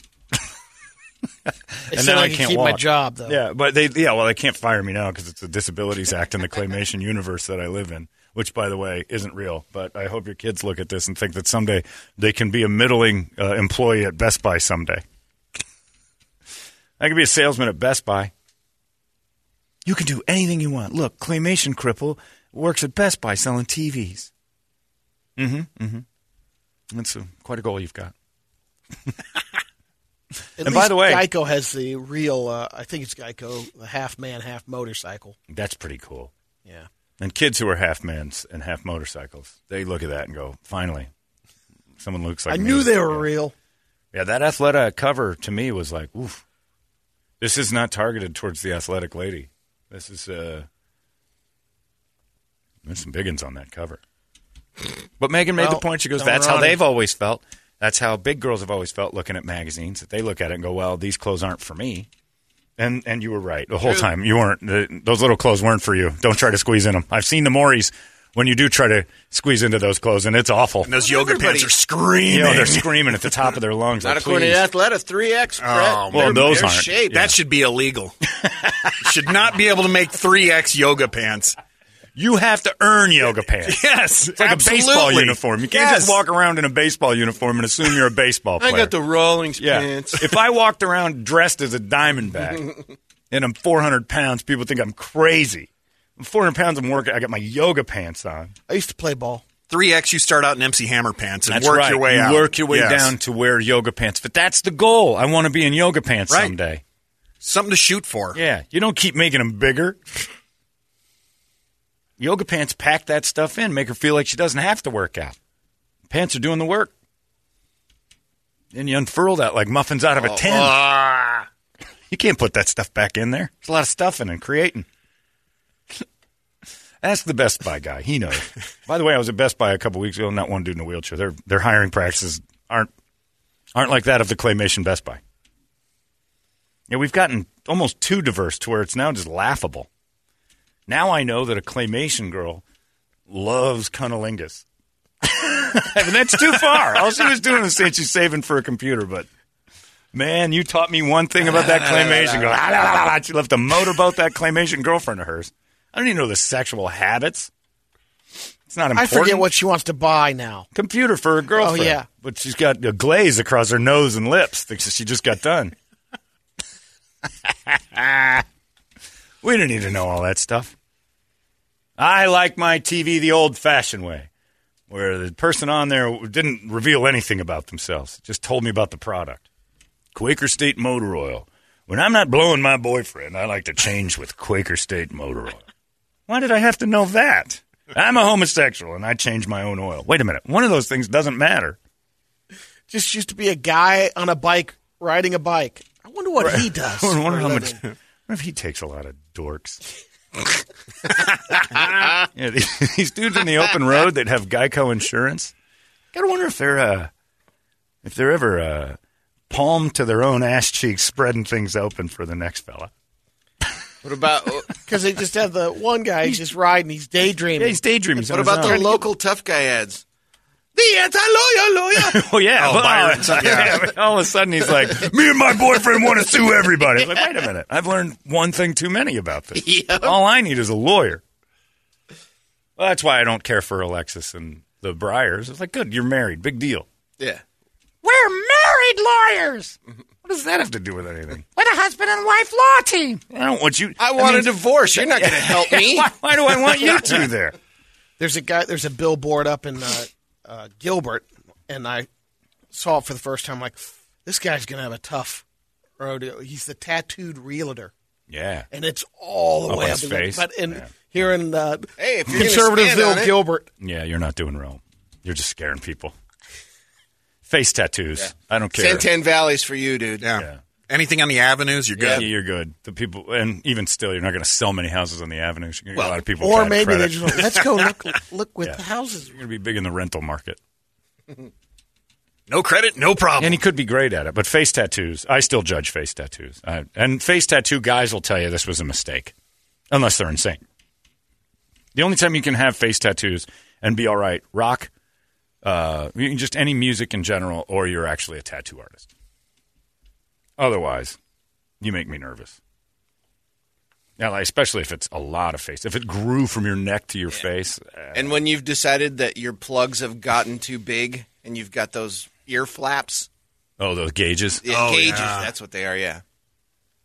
Speaker 6: They
Speaker 4: and
Speaker 6: said
Speaker 4: now
Speaker 6: I,
Speaker 4: I
Speaker 6: could
Speaker 4: can't
Speaker 6: keep my
Speaker 4: walk.
Speaker 6: job though.
Speaker 4: Yeah, but they yeah well they can't fire me now because it's the Disabilities Act in the claymation universe that I live in, which by the way isn't real. But I hope your kids look at this and think that someday they can be a middling uh, employee at Best Buy someday. I could be a salesman at Best Buy. You can do anything you want. Look, claymation cripple works at Best Buy selling TVs. Mm-hmm. Mm-hmm. That's a, quite a goal you've got.
Speaker 6: At
Speaker 4: And by
Speaker 6: least
Speaker 4: the way-
Speaker 6: Geico has the real. Uh, I think it's Geico, the half man, half motorcycle.
Speaker 4: That's pretty cool.
Speaker 6: Yeah.
Speaker 4: And kids who are half mans and half motorcycles, they look at that and go, "Finally, someone looks like
Speaker 6: I
Speaker 4: me."
Speaker 6: knew they were
Speaker 4: Yeah.
Speaker 6: real.
Speaker 4: Yeah, that Athleta cover to me was like, "Oof, this is not targeted towards the athletic lady. This is uh, there's some biggins on that cover." But Megan made the
Speaker 6: Well,
Speaker 4: point. She goes,
Speaker 6: don't
Speaker 4: "That's how
Speaker 6: run it."
Speaker 4: they've always felt. That's how big girls have always felt looking at magazines. That they look at it and go, "Well, these clothes aren't for me." And and you were right the whole time. You weren't. The, those little clothes weren't for you. Don't try to squeeze in them. I've seen the Morries when you do try to squeeze into those clothes, and it's awful.
Speaker 5: And those yoga
Speaker 7: everybody-
Speaker 5: pants are screaming.
Speaker 4: You know, they're screaming at the top of their lungs.
Speaker 7: not
Speaker 4: like,
Speaker 7: according
Speaker 4: "Please."
Speaker 7: to Athleta 3X.
Speaker 5: Oh,
Speaker 7: Brett.
Speaker 4: well,
Speaker 7: They're-
Speaker 4: those
Speaker 7: they're
Speaker 4: aren't.
Speaker 7: shaped.
Speaker 5: That should be illegal. should not be able to make 3X yoga pants.
Speaker 4: You have to earn yoga pants.
Speaker 5: Yes.
Speaker 4: It's like
Speaker 5: absolutely.
Speaker 4: a baseball uniform. You can't
Speaker 5: Yes.
Speaker 4: just walk around in a baseball uniform and assume you're a baseball player.
Speaker 7: I got the Rawlings
Speaker 4: yeah.
Speaker 7: pants.
Speaker 4: if I walked around dressed as a diamondback and I'm 400 pounds, people think I'm crazy. I'm 400 pounds. I'm working. I got my yoga pants on.
Speaker 6: I used to play ball.
Speaker 5: 3X, you start out in MC Hammer pants and
Speaker 4: That's
Speaker 5: work
Speaker 4: right.
Speaker 5: your way
Speaker 4: you
Speaker 5: out.
Speaker 4: Work your way
Speaker 5: Yes.
Speaker 4: down to wear yoga pants. But that's the goal. I want to be in yoga pants
Speaker 5: Right.
Speaker 4: someday.
Speaker 5: Something to shoot for.
Speaker 4: Yeah, you don't keep making them bigger. Yoga pants pack that stuff in, make her feel like she doesn't have to work out. Pants are doing the work. Then you unfurl that like muffins out of a tin.
Speaker 5: Ah.
Speaker 4: You can't put that stuff back in there. There's a lot of stuffing and creating. Ask the Best Buy guy. He knows. By the way, I was at Best Buy a couple weeks ago, and that one dude in a wheelchair. Their their hiring practices aren't aren't like that of the claymation Best Buy. Yeah, we've gotten almost too diverse to where it's now just laughable. Now I know that a claymation girl loves cunnilingus. I mean, that's too far. All she was doing was saying she's saving for a computer, but man, you taught me one thing about that claymation girl. Ah, la, la, la, la. She left a motorboat that claymation girlfriend of hers. I don't even know the sexual habits. It's not important.
Speaker 6: I forget what she wants to buy now.
Speaker 4: computer for a girlfriend.
Speaker 6: yeah.
Speaker 4: but she's got a glaze across her nose and lips. Thinks that she just got done. we don't need to know all that stuff. I like my TV the old-fashioned way, where the person on there didn't reveal anything about themselves. Just told me about the product. Quaker State motor oil. When I'm not blowing my boyfriend, I like to change with Quaker State motor oil. Why did I have to know that? I'm a homosexual and I change my own oil. Wait a minute. One of those things doesn't matter.
Speaker 6: Just used to be a guy on a bike riding a bike. I wonder what he does.
Speaker 4: I wonder how
Speaker 6: for a
Speaker 4: much. I
Speaker 6: living.
Speaker 4: wonder if he takes a lot of dorks. yeah, these, these dudes in the open road that have Geico insurance. Gotta wonder if they're uh, if they're ever uh, palm to their own ass cheeks, spreading things open for the next fella.
Speaker 7: What about uh, what
Speaker 6: Because they just have the one guy he's just riding, he's daydreaming.
Speaker 4: Yeah, he's daydreaming. He's on his
Speaker 7: about
Speaker 4: own.
Speaker 7: the local tough guy ads?
Speaker 5: The anti-lawyer lawyer.
Speaker 4: Oh yeah,
Speaker 5: Oh,
Speaker 4: but-
Speaker 5: Byron, so- yeah.
Speaker 4: All of a sudden he's like, "Me and my boyfriend want to sue everybody." It's like, wait a minute, I've learned one thing too many about this. All I need is a lawyer. Well, that's why I don't care for Alexis and the Briars. It's like, good, you're married, big deal.
Speaker 7: Yeah.
Speaker 10: We're married lawyers
Speaker 4: What does that have to do with anything?
Speaker 10: with a husband and wife law team.
Speaker 4: I don't want you.
Speaker 7: I want a divorce. You're not going to help me.
Speaker 4: why, why do I want you two there?
Speaker 6: There's a guy. There's a billboard up in uh, uh, Gilbert, and I saw it for the first time. Like, this guy's gonna have a tough rodeo. He's the tattooed realtor,
Speaker 4: Yeah.
Speaker 6: and it's all the
Speaker 4: Up
Speaker 6: way
Speaker 4: on
Speaker 6: up.
Speaker 4: his
Speaker 6: in the-
Speaker 4: face.
Speaker 6: But in
Speaker 4: Yeah.
Speaker 6: here in uh,
Speaker 7: hey, if you're gonna stand on
Speaker 6: conservativeville,
Speaker 7: it-
Speaker 6: Gilbert,
Speaker 4: Yeah, you're not doing Rome. You're just scaring people. Face tattoos. I don't care.
Speaker 7: Santan Valley's for you, dude.
Speaker 4: Yeah.
Speaker 5: Anything on the avenues, you're good.
Speaker 4: Yeah, you're good. The people, and even still, you're not going to sell many houses on the avenues. You're gonna get
Speaker 5: Well,
Speaker 4: a lot of people.
Speaker 6: or
Speaker 4: trying to
Speaker 6: maybe they
Speaker 4: credit.
Speaker 6: just went, let's go look look with
Speaker 4: Yeah.
Speaker 6: the houses.
Speaker 4: You're going to be big in the rental market.
Speaker 5: No credit, no problem.
Speaker 4: And he could be great at it. But face tattoos, I still judge face tattoos. I, and face tattoo guys will tell you this was a mistake, unless they're insane. The only time you can have face tattoos and be all right, rock, uh, you can just any music in general, or you're actually a tattoo artist. Otherwise, you make me nervous. Now, like, especially if it's a lot of face. If it grew from your neck to your face, eh,
Speaker 7: And when you've decided that your plugs have gotten too big and you've got those ear flaps,
Speaker 4: oh, those gauges.
Speaker 7: the gauges, that's what they are, yeah.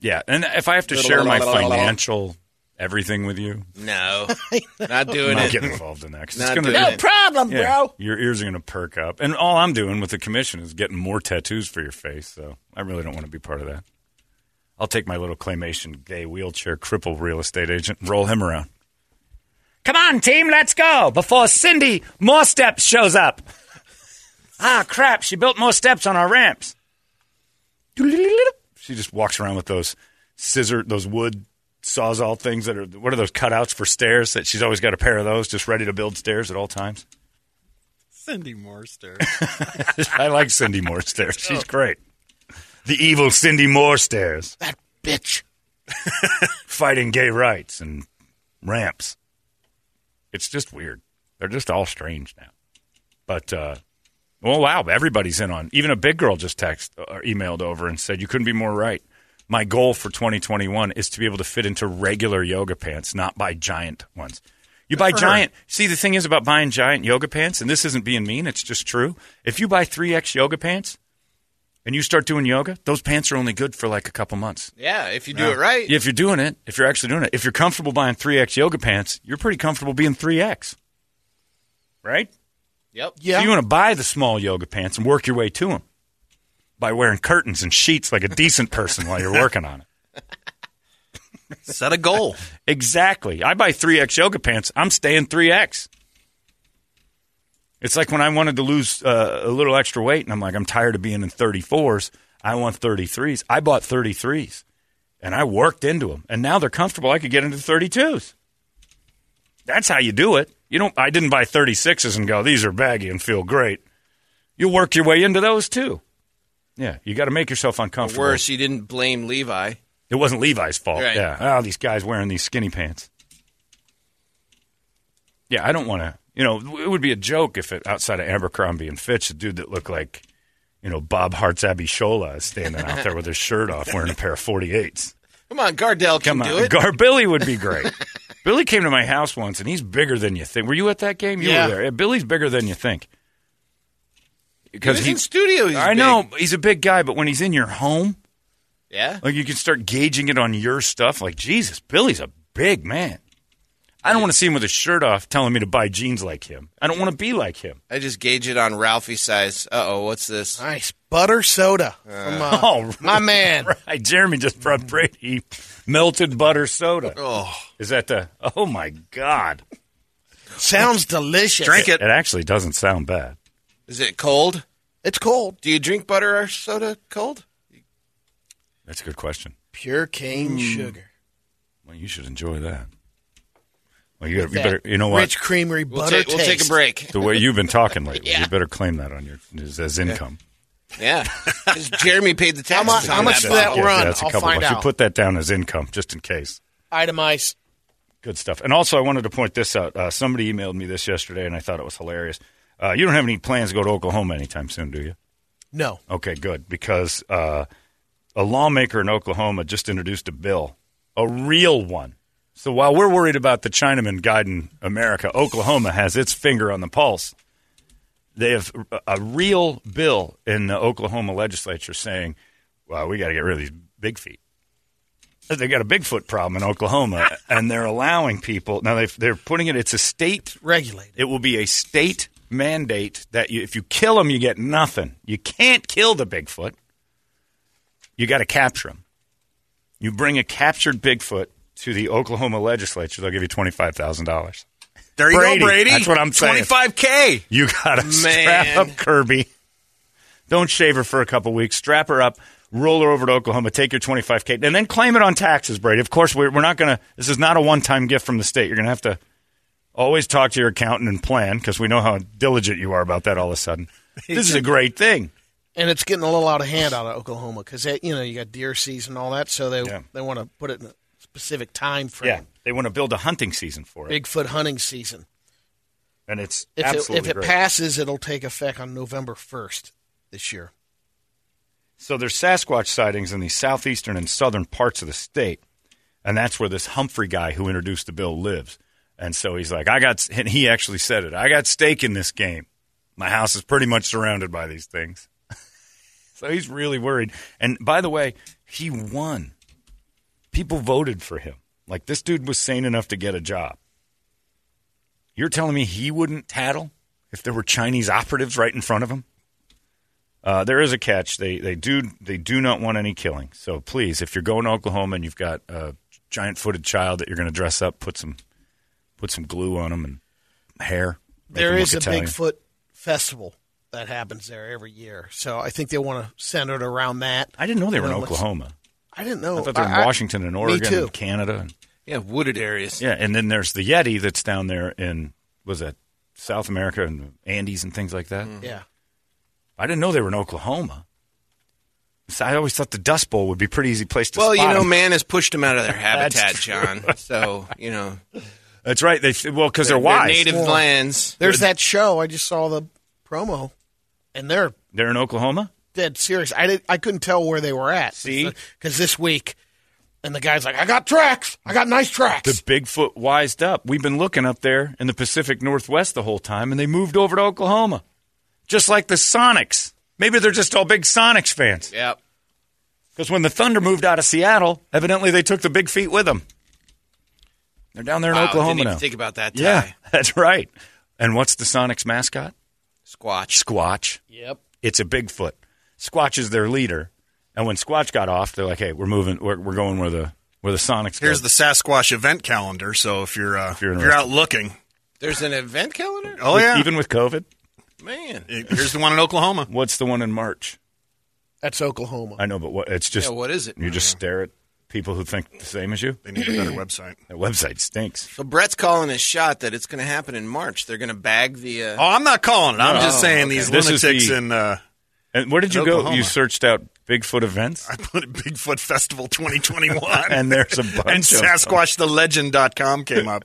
Speaker 4: Yeah, and if I have to share my financial everything with you,
Speaker 7: No. not
Speaker 4: I'm
Speaker 7: doing
Speaker 4: not
Speaker 7: it.
Speaker 4: getting involved in that. 'cause
Speaker 7: Not
Speaker 4: it's gonna,
Speaker 7: doing it. No
Speaker 10: problem,
Speaker 4: Yeah, Your ears are going to perk up, and all I'm doing with the commission is getting more tattoos for your face. So I really don't want to be part of that. I'll take my little claymation gay wheelchair cripple real estate agent and roll him around. Come on, team, let's go before Cindy More Steps shows up. ah, crap, she built more steps on our ramps. She just walks around with those scissor, those wood sawzall things that are, what are those cutouts for stairs that she's always got a pair of those just ready to build stairs at all times?
Speaker 5: Cindy Morster.
Speaker 4: I like Cindy Moore stairs. She's great. The evil Cindy Moore stairs.
Speaker 6: That bitch.
Speaker 4: Fighting gay rights and ramps. It's just weird. They're just all strange now. But, uh, well, wow, everybody's in on. Even a big girl just text uh, or emailed over and said, You couldn't be more right. My goal for 2021 is to be able to fit into regular yoga pants, not buy giant ones. You buy
Speaker 5: for her.
Speaker 4: giant. See, the thing is about buying giant yoga pants, and this isn't being mean, it's just true. If you buy 3X yoga pants, and you start doing yoga, those pants are only good for like a couple months.
Speaker 7: Yeah, if you do it right.
Speaker 4: If you're doing it, if you're actually doing it, if you're comfortable buying 3X yoga pants, you're pretty comfortable being 3X, right?
Speaker 7: Yep.
Speaker 4: So you want to buy the small yoga pants and work your way to them by wearing curtains and sheets like a decent person while you're working on it.
Speaker 5: Set a goal.
Speaker 4: Exactly. I buy 3X yoga pants, I'm staying 3X. It's like when I wanted to lose uh, a little extra weight and I'm like, I'm tired of being in 34s. I want 33s. I bought 33s and I worked into them. And now they're comfortable. I could get into 32s. That's how you do it. You don't, I didn't buy 36s and go, these are baggy and feel great. You work your way into those too. Yeah, you got to make yourself
Speaker 7: Or
Speaker 4: uncomfortable.
Speaker 7: worse, you didn't blame Levi.
Speaker 4: It wasn't Levi's fault.
Speaker 7: Right.
Speaker 4: Yeah. Oh, these guys wearing these skinny pants. Yeah, I don't want to. You know, it would be a joke if it outside of Abercrombie and Fitch, a dude that looked like, you know, Bob Hart's Abby Shola is standing out there with his shirt off wearing a pair of 48s.
Speaker 7: Come on, Gardell can
Speaker 4: Come
Speaker 7: do
Speaker 4: on.
Speaker 7: it.
Speaker 4: Gar Billy would be great. Billy came to my house once and he's bigger than you think. Were you at that game? You
Speaker 7: Yeah.
Speaker 4: were there. Yeah, Billy's bigger than you think. Because
Speaker 7: He was in studio, he's
Speaker 4: I
Speaker 7: big.
Speaker 4: know he's a big guy, but when he's in your home,
Speaker 7: yeah.
Speaker 4: like you can start gauging it on your stuff. Like Jesus, Billy's a big man. I don't want to see him with his shirt off, telling me to buy jeans like him. I don't want to be like him.
Speaker 7: I just gauge it on Ralphie's size. Uh oh, what's this?
Speaker 6: Nice butter soda from uh,
Speaker 4: Oh,
Speaker 6: my man.
Speaker 4: right. Jeremy just brought Brady melted butter soda.
Speaker 7: Oh.
Speaker 4: Is that the? Oh my God!
Speaker 6: Sounds delicious.
Speaker 5: Drink it.
Speaker 4: It actually doesn't sound bad.
Speaker 7: Is it cold?
Speaker 6: It's cold.
Speaker 7: Do you drink butter or soda cold?
Speaker 4: That's a good question.
Speaker 6: Pure cane
Speaker 4: Mm.
Speaker 6: sugar.
Speaker 4: Well, you should enjoy that. Well, you,
Speaker 6: With
Speaker 4: gotta, you
Speaker 6: that
Speaker 4: better. You know what?
Speaker 6: Rich creamery
Speaker 7: We'll,
Speaker 6: butter
Speaker 7: ta- we'll take a
Speaker 6: taste.
Speaker 7: break.
Speaker 4: the way you've been talking lately,
Speaker 7: Yeah.
Speaker 4: you better claim that on your as, as income.
Speaker 7: Yeah. 'Cause Jeremy paid the
Speaker 6: How much-
Speaker 7: taxes. on
Speaker 6: how much
Speaker 7: that
Speaker 6: for that
Speaker 7: bottle.
Speaker 4: Yeah,
Speaker 6: run?
Speaker 4: that's a
Speaker 6: I'll
Speaker 4: couple
Speaker 6: find
Speaker 4: bucks. You
Speaker 6: out.
Speaker 4: put that down as income just in case.
Speaker 6: Itemize.
Speaker 4: Good stuff. And also, I wanted to point this out. Uh, somebody emailed me this yesterday, and I thought it was hilarious. Uh, you don't have any plans to go to Oklahoma anytime soon, do you?
Speaker 6: No.
Speaker 4: Okay, good. Because uh, a lawmaker in Oklahoma just introduced a bill, a real one. So while we're worried about the Chinaman guiding America, Oklahoma has its finger on the pulse. They have a- a real bill in the Oklahoma legislature saying, well, we got to get rid of these big feet. They got a Bigfoot problem in Oklahoma, and they're allowing people. Now, they've, they're putting it, it's a state
Speaker 6: regulated.
Speaker 4: It will be a state mandate that you, if you kill them, you get nothing. You can't kill the Bigfoot. You got to capture them. You bring a captured Bigfoot to the Oklahoma legislature, they'll give you $25,000.
Speaker 5: There you
Speaker 4: Brady.
Speaker 5: go, Brady.
Speaker 4: That's what I'm saying.
Speaker 5: 25K.
Speaker 4: You got to strap up Kirby. Don't shave her for a couple weeks. Strap her up. Roll her over to Oklahoma. Take your 25K. And then claim it on taxes, Brady. Of course, we're, we're not going to. This is not a one time gift from the state. You're going to have to always talk to your accountant and plan because we know how diligent you are about that all of a sudden. This is a great thing.
Speaker 6: And it's getting a little out of hand out of Oklahoma because you know you got deer season and all that, so they
Speaker 4: Yeah.
Speaker 6: they want to put it in a specific time
Speaker 4: Yeah.
Speaker 6: frame.
Speaker 4: They want to build a hunting season for it.
Speaker 6: Bigfoot hunting season.
Speaker 4: And it's
Speaker 6: If
Speaker 4: absolutely
Speaker 6: it, if it
Speaker 4: great.
Speaker 6: passes, it'll take effect on November first this year.
Speaker 4: So there's Sasquatch sightings in the southeastern and southern parts of the state, and that's where this Humphrey guy who introduced the bill lives. And so he's like, I got, and he actually said it. I got stake in this game. My house is pretty much surrounded by these things. so he's really worried. And by the way, he won. People voted for him. Like this dude was sane enough to get a job. You're telling me he wouldn't tattle if there were Chinese operatives right in front of him? Uh, there is a catch. They they do they do not want any killing. So please, if you're going to Oklahoma and you've got a giant footed child that you're going to dress up, put some put some glue on them and hair. make
Speaker 6: there
Speaker 4: 'em
Speaker 6: is a
Speaker 4: look Italian.
Speaker 6: Bigfoot festival that happens there every year, so I think they want to center it around that.
Speaker 4: I didn't know they were in
Speaker 6: You know, let's- uh,
Speaker 4: Oklahoma.
Speaker 6: I didn't know.
Speaker 4: I thought they were in Washington and
Speaker 6: me
Speaker 4: Oregon
Speaker 6: too.
Speaker 4: and Canada. And,
Speaker 9: Yeah, wooded areas.
Speaker 4: yeah, and then there's the Yeti that's down there in was that South America and Andes and things like that.
Speaker 7: Mm.
Speaker 6: Yeah.
Speaker 4: I didn't know they were in Oklahoma. So I always thought the Dust Bowl would be a pretty easy place to.
Speaker 7: Well, you
Speaker 4: spot
Speaker 7: know,
Speaker 4: 'em.
Speaker 7: man has pushed them out of their
Speaker 4: That's
Speaker 7: habitat,
Speaker 4: true.
Speaker 7: John. So you know,
Speaker 4: That's right. They well because they're,
Speaker 7: Their- their
Speaker 4: wise.
Speaker 7: native
Speaker 6: Well,
Speaker 7: lands.
Speaker 6: There's that show. I just saw the promo, and they're
Speaker 4: They're in Oklahoma.
Speaker 6: dead serious. I did, I couldn't tell where they were at. See, because this week, and the guy's like, "I got tracks. I got nice tracks."
Speaker 4: The Bigfoot wised up. We've been looking up there in the Pacific Northwest the whole time, and they moved over to Oklahoma. Just like the Sonics. Maybe they're just all big Sonics fans.
Speaker 7: Yep.
Speaker 4: Because when the Thunder moved out of Seattle, evidently they took the big feet with them. They're down there in
Speaker 7: Wow,
Speaker 4: Oklahoma
Speaker 7: didn't even
Speaker 4: now.
Speaker 7: think about that, Ty.
Speaker 4: Yeah, that's right. And what's the Sonics mascot?
Speaker 7: Squatch.
Speaker 4: Squatch.
Speaker 7: Yep.
Speaker 4: It's a Bigfoot. Squatch is their leader. And when Squatch got off, they're like, "Hey, we're moving. We're, we're going where the where the Sonics." go.
Speaker 5: Here's the Sasquatch event calendar. So if you're uh, if you're,
Speaker 4: interested.
Speaker 5: out looking,
Speaker 7: There's an event calendar.
Speaker 5: oh
Speaker 4: With-
Speaker 5: yeah,
Speaker 4: even with COVID.
Speaker 7: man.
Speaker 5: Here's the one in Oklahoma.
Speaker 4: What's the one in March?
Speaker 6: That's Oklahoma.
Speaker 4: I know, but what, it's just
Speaker 7: Yeah, what is it?
Speaker 4: You just stare at people who think the same as you.
Speaker 5: They need a better website.
Speaker 4: That website stinks.
Speaker 7: So Brett's calling his shot that it's going to happen in March. They're going to bag the. Uh,
Speaker 5: Oh, I'm not calling it. I'm
Speaker 4: No.
Speaker 5: just saying these
Speaker 4: This is
Speaker 5: lunatics
Speaker 4: the-
Speaker 5: in. Uh,
Speaker 4: And where did you go?
Speaker 5: Oklahoma.
Speaker 4: You searched out Bigfoot events,
Speaker 5: I put Bigfoot Festival 2021,
Speaker 4: and there's a bunch.
Speaker 5: and
Speaker 4: of them.
Speaker 5: SasquatchTheLegend.com came up.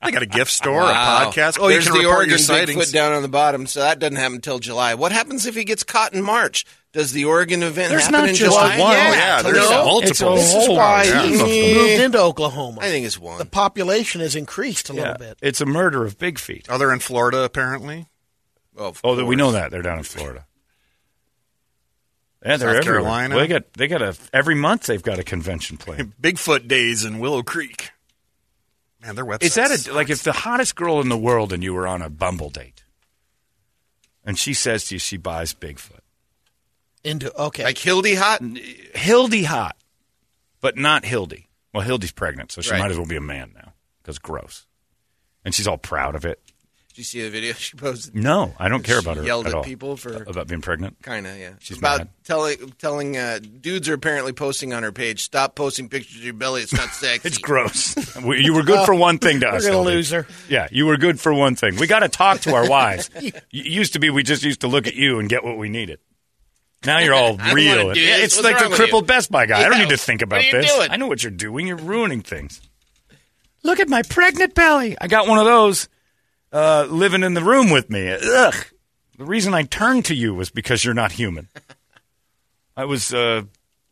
Speaker 5: I got a gift store,
Speaker 7: wow.
Speaker 5: a podcast. Oh,
Speaker 7: There's
Speaker 5: you can
Speaker 7: the
Speaker 5: report
Speaker 7: Oregon
Speaker 5: your sightings.
Speaker 7: Bigfoot down on the bottom, so that doesn't happen until July. What happens if he gets caught in March? Does the Oregon event
Speaker 4: There's
Speaker 7: happen
Speaker 4: not
Speaker 7: in
Speaker 4: just
Speaker 7: July?
Speaker 4: one.
Speaker 7: Yeah,
Speaker 5: Oh, Yeah, there's
Speaker 7: no.
Speaker 4: multiple.
Speaker 5: multiple. Oh,
Speaker 4: It's
Speaker 6: this
Speaker 4: a
Speaker 6: is
Speaker 4: whole
Speaker 6: why
Speaker 4: lot
Speaker 6: he
Speaker 4: of them.
Speaker 6: moved into Oklahoma.
Speaker 7: I think it's
Speaker 6: the
Speaker 7: one.
Speaker 6: population has increased a
Speaker 4: Yeah,
Speaker 6: little bit.
Speaker 4: it's a murder of Bigfeet.
Speaker 5: Are they in Florida? Apparently,
Speaker 7: Oh, of
Speaker 4: Oh, that we know
Speaker 7: course.
Speaker 4: that they're down in Florida. Yeah, they're
Speaker 5: South
Speaker 4: everywhere.
Speaker 5: Carolina.
Speaker 4: Well, they got they got a every month they've got a convention planned.
Speaker 5: Bigfoot Days in Willow Creek. Man, their website
Speaker 4: Is that a, like if the hottest girl in the world and you were on a Bumble date, and she says to you she buys Bigfoot?
Speaker 6: Into okay,
Speaker 7: Like Hildy Hot?
Speaker 4: Hildy hot, but not Hildy. Well, Hildy's pregnant, so she
Speaker 7: Right.
Speaker 4: might as well be a man now because gross. And she's all proud of it.
Speaker 7: Did you see the video she posted?
Speaker 4: No, I don't care
Speaker 7: She
Speaker 4: about her
Speaker 7: yelled
Speaker 4: at
Speaker 7: at
Speaker 4: all.
Speaker 7: people for-
Speaker 4: about being pregnant.
Speaker 7: Kind of, yeah.
Speaker 4: She's
Speaker 7: about
Speaker 4: mad.
Speaker 7: telling telling uh, dudes are apparently posting on her page. Stop posting pictures of your belly. It's not sexy.
Speaker 4: It's gross. We- you were good for one thing to
Speaker 6: we're
Speaker 4: us.
Speaker 6: gonna
Speaker 4: Hildy.
Speaker 6: lose her.
Speaker 4: Yeah, you were good for one thing. We got to talk to our wives. It used to be we just used to look at you and get what we needed. Now you're all
Speaker 7: I don't
Speaker 4: real.
Speaker 7: wanna do
Speaker 4: Yeah,
Speaker 7: this.
Speaker 4: it's
Speaker 7: What's
Speaker 4: like
Speaker 7: wrong
Speaker 4: the
Speaker 7: with you?
Speaker 4: crippled Best Buy guy. I don't
Speaker 7: Yeah.
Speaker 4: need to think about
Speaker 7: What are you
Speaker 4: this.
Speaker 7: doing?
Speaker 4: I know what you're doing. You're ruining things. Look at my pregnant belly. I got one of those uh, living in the room with me. Ugh. The reason I turned to you was because you're not human. I was uh,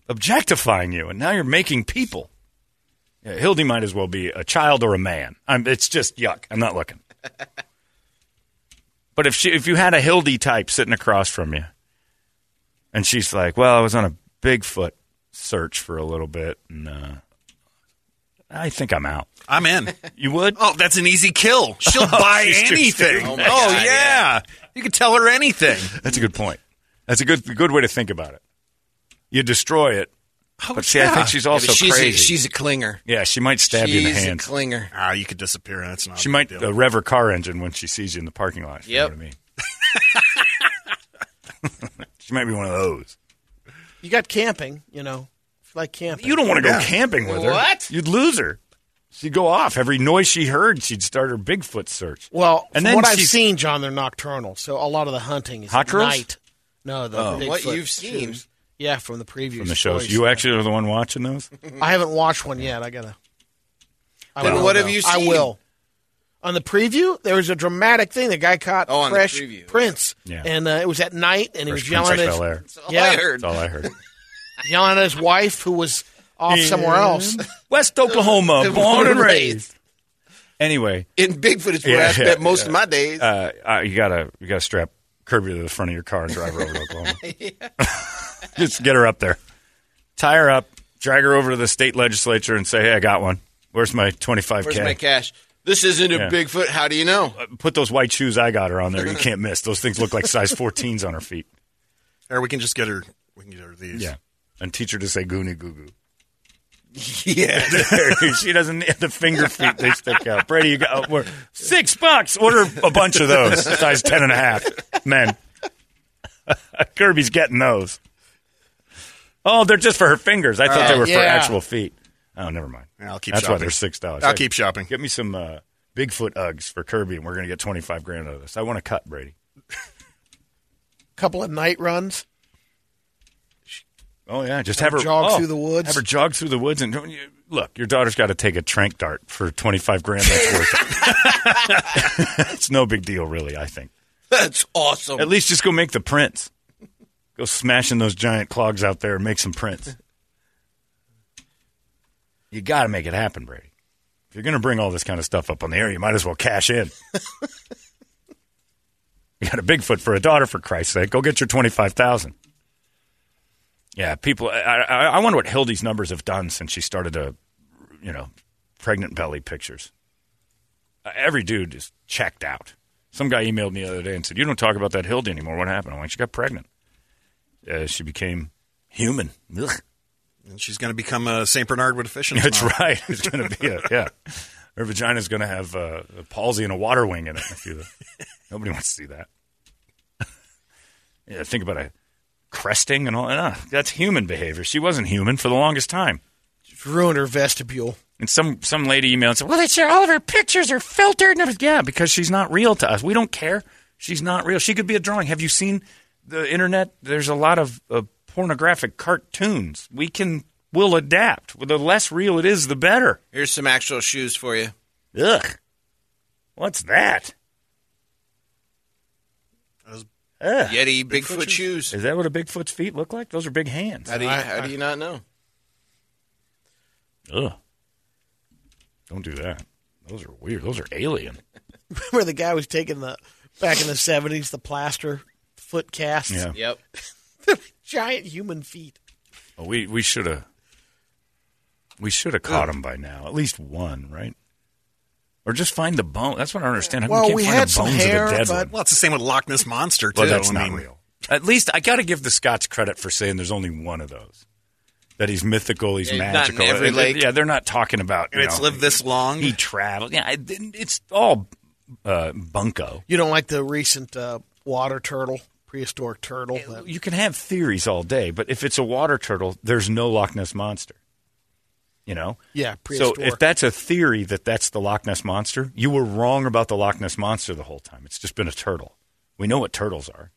Speaker 4: objectifying you, and now you're making people. Yeah, Hildy might as well be a child or a man. I'm, it's just yuck. I'm not looking. But if she, if you had a Hildy type sitting across from you, and she's like, "Well, I was on a Bigfoot search for a little bit, and uh, I think I'm out."
Speaker 5: I'm in.
Speaker 4: You would?
Speaker 5: Oh, that's an easy kill. She'll buy
Speaker 4: She's too
Speaker 5: anything.
Speaker 4: stupid.
Speaker 5: Oh,
Speaker 4: Oh, my God,
Speaker 5: yeah. You can tell her anything.
Speaker 4: That's a good point. That's a good good way to think about it. You destroy it, but see, I
Speaker 7: yeah.
Speaker 4: think she's
Speaker 7: Yeah, but
Speaker 4: also
Speaker 7: she's a-
Speaker 4: crazy.
Speaker 7: she's a clinger.
Speaker 4: Yeah, she might stab you in the
Speaker 7: She's a
Speaker 4: hand.
Speaker 7: clinger.
Speaker 5: Ah, you could disappear. That's not.
Speaker 4: she
Speaker 5: a big
Speaker 4: might
Speaker 5: deal.
Speaker 4: uh, rev her car engine when she sees you in the parking lot. if you know
Speaker 7: Yep.
Speaker 4: what I mean. she might be one of those.
Speaker 6: You got camping, you know. If you like camping.
Speaker 4: You don't want to go camping with her.
Speaker 6: What?
Speaker 4: You'd lose her. She'd go off. Every noise she heard, she'd start her Bigfoot search.
Speaker 6: Well,
Speaker 4: And
Speaker 6: and
Speaker 4: then
Speaker 6: what I've
Speaker 4: she's-
Speaker 6: seen, John, they're nocturnal. So a lot of the hunting is
Speaker 4: Hot
Speaker 6: at
Speaker 4: girls?
Speaker 6: night. No, the
Speaker 4: Oh.
Speaker 6: Bigfoot
Speaker 7: What you've seen.
Speaker 6: shows. Yeah, from the previews.
Speaker 4: From the shows.
Speaker 6: stories.
Speaker 4: You actually are the one watching those?
Speaker 6: I haven't watched one yet. I gotta. I
Speaker 7: Then
Speaker 6: will,
Speaker 7: what have
Speaker 6: though.
Speaker 7: you
Speaker 6: I
Speaker 7: seen?
Speaker 6: will. On the preview, there was a dramatic thing. The guy caught
Speaker 7: Oh, on the
Speaker 6: fresh
Speaker 7: preview.
Speaker 6: Prince,
Speaker 4: Yeah.
Speaker 6: and uh, it was at night, and he was
Speaker 4: Fresh
Speaker 6: yelling at
Speaker 4: Prince of
Speaker 6: his,
Speaker 4: Bel-Air. That's
Speaker 7: all
Speaker 6: yeah,
Speaker 7: I heard.
Speaker 4: That's all I heard.
Speaker 6: yelling at his wife who was off somewhere else.
Speaker 4: West Oklahoma, born and raised. Anyway,
Speaker 7: In Bigfoot is where
Speaker 4: Yeah,
Speaker 7: I spent
Speaker 4: yeah,
Speaker 7: most
Speaker 4: yeah.
Speaker 7: of my days.
Speaker 4: uh, uh, you gotta you gotta strap Kirby to the front of your car and drive her over to Oklahoma. Just get her up there, tie her up, drag her over to the state legislature, and say, "Hey, I got one. Where's my twenty five
Speaker 7: Where's
Speaker 4: k?
Speaker 7: my cash? This isn't a
Speaker 4: Yeah. Uh,
Speaker 7: Bigfoot. How do you know?
Speaker 4: Put those white shoes I got her on there. You can't miss. Those things look like size 14s on her feet.
Speaker 5: Or uh, we can just get her. We can get her these.
Speaker 4: Yeah, and teach her to say "Goonie Goo Goo."
Speaker 7: yeah.
Speaker 4: she doesn't the finger feet they stick out. Brady, you got we're, six bucks. Order a bunch of those, size ten and a half, men. Kirby's getting those. Oh, they're just for her fingers. I thought they
Speaker 7: Oh,
Speaker 4: were for
Speaker 7: yeah.
Speaker 4: actual feet. Oh, never mind.
Speaker 5: Yeah, I'll keep
Speaker 4: That's why
Speaker 5: shopping.
Speaker 4: they're six dollars.
Speaker 5: I'll keep shopping.
Speaker 4: Get me some uh, Bigfoot Uggs for Kirby, and we're gonna get twenty five grand out of this. I want to cut, Brady.
Speaker 6: couple of night runs.
Speaker 4: Oh yeah, just have,
Speaker 6: Have
Speaker 4: her
Speaker 6: her jog
Speaker 4: oh,
Speaker 6: through the woods.
Speaker 4: Have her jog through the woods, and don't you, look, your daughter's got to take a trank dart for twenty five grand. That's worth it. it's no big deal, really. I think.
Speaker 7: That's awesome.
Speaker 4: At least just go make the prints. Go smashing those giant clogs out there and make some prints. You got to make it happen, Brady. If you're going to bring all this kind of stuff up on the air, you might as well cash in. you got a Bigfoot for a daughter, for Christ's sake. Go get your twenty-five thousand. Yeah, people. I, I, I wonder what Hildy's numbers have done since she started to, you know, pregnant belly pictures. Uh, every dude is checked out. Some guy emailed me the other day and said, "You don't talk about that Hildy anymore. What happened?" I'm like, "She got pregnant. Uh, she became human." Ugh.
Speaker 5: And she's going to become a Saint Bernard with a fish. in
Speaker 4: That's
Speaker 5: her mouth.
Speaker 4: right. It's going to be a yeah. Her vagina's going to have uh, a palsy and a water wing in it. If you, nobody wants to see that. yeah, think about it. Cresting and all. Uh, that's human behavior. She wasn't human for the longest time.
Speaker 6: Ruined her vestibule.
Speaker 4: And some some lady emailed and said, "Well, they said all of her pictures are filtered." And I was, yeah, because she's not real to us. We don't care. She's not real. She could be a drawing. Have you seen the internet? There's a lot of uh, pornographic cartoons. We can will adapt. The less real it is, the better.
Speaker 7: Here's some actual shoes for you.
Speaker 4: Ugh, what's that? Ugh.
Speaker 7: Yeti Bigfoot, shoes.
Speaker 4: Is that what a Bigfoot's feet look like? Those are big hands.
Speaker 7: How do you, how do you not know?
Speaker 4: Ugh. Don't do that. Those are weird. Those are alien.
Speaker 6: Remember the guy was taking the back in the seventies the plaster foot casts.
Speaker 4: Yeah.
Speaker 7: Yep.
Speaker 6: Giant human feet.
Speaker 4: Oh, we we should have we should have caught him by now. At least one, right? Or just find the bone. That's what I understand. How come
Speaker 6: Well,
Speaker 4: we
Speaker 6: we
Speaker 4: can't find
Speaker 6: had
Speaker 4: the
Speaker 6: some
Speaker 4: bones
Speaker 6: hair,
Speaker 4: of the dead
Speaker 6: but-
Speaker 4: one.
Speaker 5: Well, it's the same with Loch Ness monster too.
Speaker 4: Well, that's
Speaker 5: I
Speaker 4: not
Speaker 5: mean,
Speaker 4: real. At least I got to give the Scots credit for saying there's only one of those. That he's mythical, he's
Speaker 7: Yeah, not in
Speaker 4: magical.
Speaker 7: every
Speaker 4: Uh, they-
Speaker 7: lake.
Speaker 4: Yeah, they're not talking about. You
Speaker 5: And it's
Speaker 4: know,
Speaker 5: lived this long.
Speaker 4: He traveled. Yeah, I, it's all uh, bunko.
Speaker 6: You don't like the recent uh, water turtle, prehistoric turtle. that-
Speaker 4: you can have theories all day, but if it's a water turtle, there's no Loch Ness monster. You know?
Speaker 6: Yeah,
Speaker 4: So
Speaker 6: prehistoric.
Speaker 4: if that's a theory that that's the Loch Ness monster, you were wrong about the Loch Ness monster the whole time. It's just been a turtle. We know what turtles are.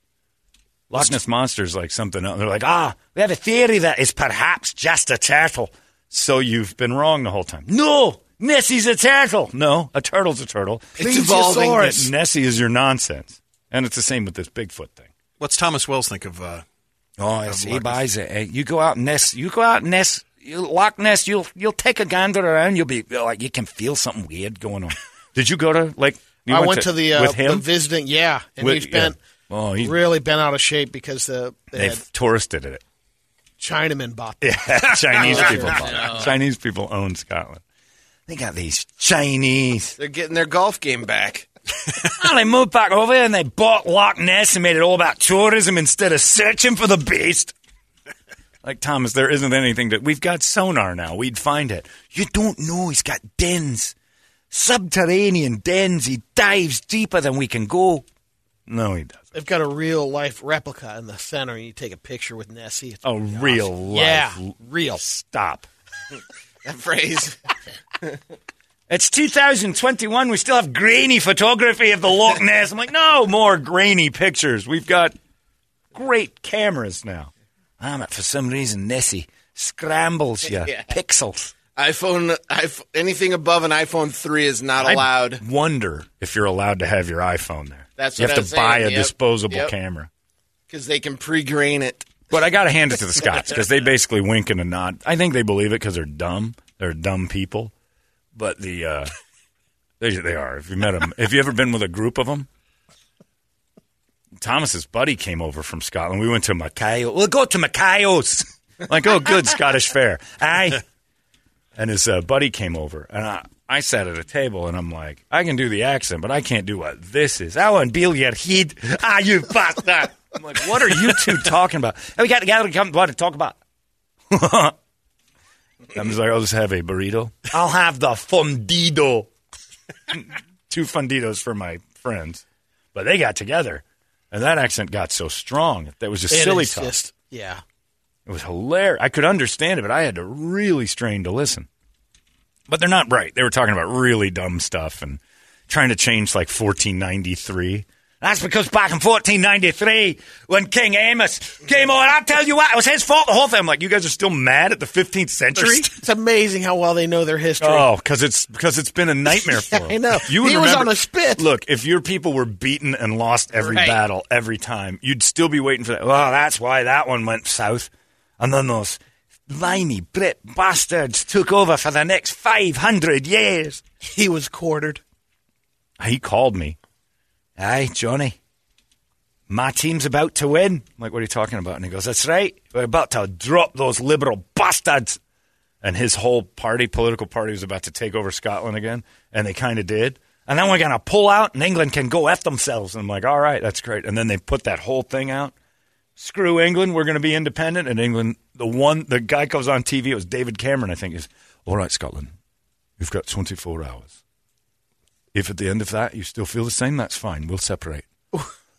Speaker 4: Loch Ness monster is like something else. They're like, ah, we have a theory that is perhaps just a turtle. So you've been wrong the whole time. No, Nessie's a turtle. No, a turtle's a turtle.
Speaker 7: It's evolving.
Speaker 4: But Nessie is your nonsense. And it's the same with this Bigfoot thing.
Speaker 5: What's Thomas Wells think of? Uh,
Speaker 4: Oh,
Speaker 5: of
Speaker 4: it's, he
Speaker 5: Loch Ness?
Speaker 4: buys it. Hey, You go out and nest. You go out and nest. You, Loch Ness. You'll you'll take a gander around. You'll be you're like you can feel something weird going on. Did you go to like? you
Speaker 6: I went to, the, uh,
Speaker 4: with him
Speaker 6: the visiting. Yeah, and
Speaker 4: With-
Speaker 6: he's been
Speaker 4: yeah. Oh, he-
Speaker 6: really been out of shape because the they
Speaker 4: They've
Speaker 6: had
Speaker 4: touristed it.
Speaker 6: Chinamen bought.
Speaker 4: Yeah, Chinese
Speaker 6: Oh,
Speaker 4: people.
Speaker 6: yeah.
Speaker 4: Chinese people own Scotland. They got these Chinese.
Speaker 7: They're getting their golf game back.
Speaker 4: Well, they moved back over here and they bought Loch Ness and made it all about tourism instead of searching for the beast. Like Thomas, there isn't anything that we've got sonar now. We'd find it. You don't know. He's got dens, subterranean dens. He dives deeper than we can go. No, he doesn't.
Speaker 6: They've got a real life replica in the center, and you take a picture with Nessie. It's
Speaker 4: A
Speaker 6: pretty
Speaker 4: real
Speaker 6: awesome.
Speaker 4: Oh, life.
Speaker 6: Yeah, real.
Speaker 4: Stop.
Speaker 7: That phrase.
Speaker 4: It's 2021. We still have grainy photography of the Loch Ness. I'm like, no more grainy pictures. We've got great cameras now. I'm for some reason Nessie scrambles your
Speaker 7: Yeah.
Speaker 4: pixels.
Speaker 7: iPhone, iPhone, anything above an iPhone 3 is not allowed.
Speaker 4: I wonder if you're allowed to have your iPhone there.
Speaker 7: That's
Speaker 4: you
Speaker 7: what
Speaker 4: have
Speaker 7: I'm
Speaker 4: to buy
Speaker 7: saying.
Speaker 4: a
Speaker 7: Yep.
Speaker 4: disposable
Speaker 7: Yep.
Speaker 4: camera.
Speaker 7: Because they can pre-grain it.
Speaker 4: But I got to hand it to the Scots because they basically wink and a nod. I think they believe it because they're dumb. They're dumb people. But the uh, they they are. If you met them, if you ever been with a group of them, Thomas's buddy came over from Scotland. We went to Macayo. We'll go to Macayo's. Like, oh, good Scottish fare. Aye. And his uh, buddy came over, and I, I sat at a table, and I'm like, I can do the accent, but I can't do what this is. I want Bill your head. Ah, you bastard. I'm like, what are you two talking about? And we got together to come what to talk about. I'm just like, I'll just have a burrito. I'll have the fundido. Two fundidos for my friends. But they got together, and that accent got so strong. That was just
Speaker 6: It
Speaker 4: silly
Speaker 6: is
Speaker 4: talk.
Speaker 6: just- yeah,
Speaker 4: It was hilarious. I could understand it, but I had to really strain to listen. But they're not right. They were talking about really dumb stuff and trying to change like 1493. That's because back in 1493, when King Amos came on, I tell you what, it was his fault the whole thing. I'm like, you guys are still mad at the 15th century?
Speaker 6: It's amazing how well they know their history.
Speaker 4: Oh, because it's because it's been a nightmare for
Speaker 6: Yeah,
Speaker 4: him.
Speaker 6: I know.
Speaker 4: You would
Speaker 6: He was
Speaker 4: remember-
Speaker 6: on a spit.
Speaker 4: Look, if your people were beaten and lost every
Speaker 6: Right.
Speaker 4: battle every time, you'd still be waiting for that. Well, that's why that one went south, and then those limey Brit bastards took over for the next five hundred years.
Speaker 6: He was quartered.
Speaker 4: He called me. Aye, Johnny. My team's about to win. I'm like, what are you talking about? And he goes, That's right. We're about to drop those liberal bastards. And his whole party, political party, was about to take over Scotland again. And they kind of did. And then we're going to pull out, and England can go F themselves. And I'm like, All right, that's great. And then they put that whole thing out. Screw England. We're going to be independent. And England, the one, the guy comes on TV, it was David Cameron, I think, is, All right, Scotland, you've got 24 hours. If at the end of that you still feel the same, that's fine. We'll separate.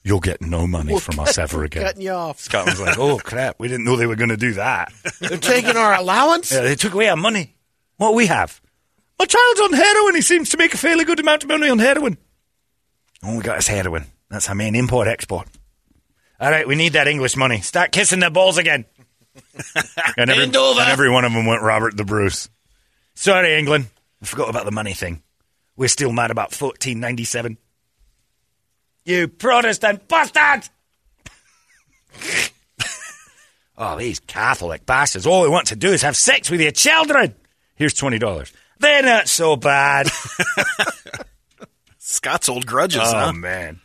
Speaker 4: You'll get no money
Speaker 6: We're
Speaker 4: from
Speaker 6: cut-
Speaker 4: us ever
Speaker 6: we're
Speaker 4: again.
Speaker 6: cutting you off.
Speaker 4: Scotland's like, oh crap, we didn't know they were going to do that.
Speaker 6: They're taking our allowance.
Speaker 4: Yeah, they took away our money. What we have? My child's on heroin. He seems to make a fairly good amount of money on heroin. All we got is heroin. That's our main import export. All right, we need that English money. Start kissing their balls again. and, every,
Speaker 7: Bend over.
Speaker 4: and every one of them went Robert the Bruce. Sorry, England. I forgot about the money thing. We're still mad about 1497. You Protestant bastard! oh, these Catholic bastards. All they want to do is have sex with your children. Here's $20. They're not so bad.
Speaker 5: Scott's old grudges,
Speaker 4: oh,
Speaker 5: huh?
Speaker 4: man.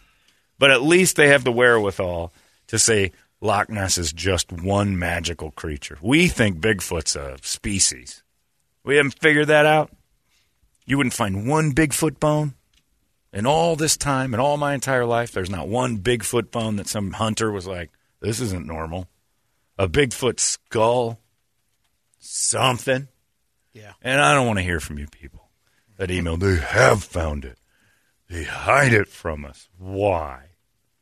Speaker 4: But at least they have the wherewithal to say Loch Ness is just one magical creature. We think Bigfoot's a species. We haven't figured that out. You wouldn't find one Bigfoot bone in all this time, in all my entire life. There's not one Bigfoot bone that some hunter was like, this isn't normal. A Bigfoot skull, something.
Speaker 6: Yeah.
Speaker 4: And I don't want to hear from you people that email. They have found it. They hide it from us. Why?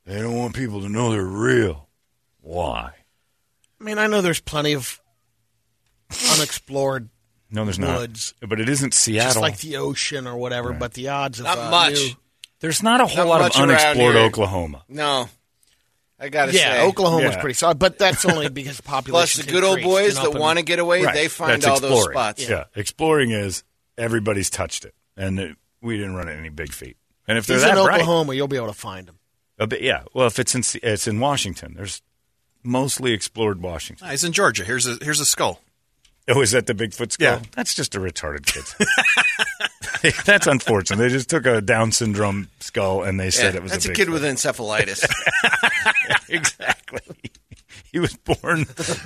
Speaker 4: They don't want people to know they're real. Why?
Speaker 6: I mean, I know there's plenty of unexplored
Speaker 4: No, there's
Speaker 6: Woods.
Speaker 4: not. But it isn't Seattle.
Speaker 6: just like the ocean or whatever, but the odds of
Speaker 7: Not
Speaker 6: uh,
Speaker 7: much.
Speaker 6: new-
Speaker 4: there's not a whole
Speaker 7: Not
Speaker 4: lot
Speaker 7: much
Speaker 4: of
Speaker 7: around
Speaker 4: unexplored
Speaker 7: here.
Speaker 4: Oklahoma.
Speaker 7: No. I got to
Speaker 6: yeah,
Speaker 7: say.
Speaker 6: Oklahoma's
Speaker 4: Yeah.
Speaker 6: pretty solid, but that's only because the
Speaker 7: Plus
Speaker 6: population.
Speaker 7: the good old boys that want to get away,
Speaker 4: Right.
Speaker 7: they find
Speaker 4: That's
Speaker 7: all those
Speaker 4: exploring.
Speaker 7: spots.
Speaker 4: Yeah. exploring is everybody's touched it, and it, we didn't run into any big feet. And if they're
Speaker 6: He's
Speaker 4: that
Speaker 6: in
Speaker 4: bright,
Speaker 6: Oklahoma, you'll be able to find them.
Speaker 4: A bit, yeah. Well, if it's in Se- it's in Washington, there's mostly explored Washington.
Speaker 5: Ah, he's in Georgia. Here's a here's a skull.
Speaker 4: Oh, is that the Bigfoot skull?
Speaker 5: Yeah.
Speaker 4: That's just a retarded kid. That's unfortunate. They just took a Down syndrome skull and they said
Speaker 7: Yeah,
Speaker 4: it was
Speaker 7: that's
Speaker 4: a,
Speaker 7: a,
Speaker 4: Bigfoot.
Speaker 7: kid with encephalitis.
Speaker 4: exactly. He was born.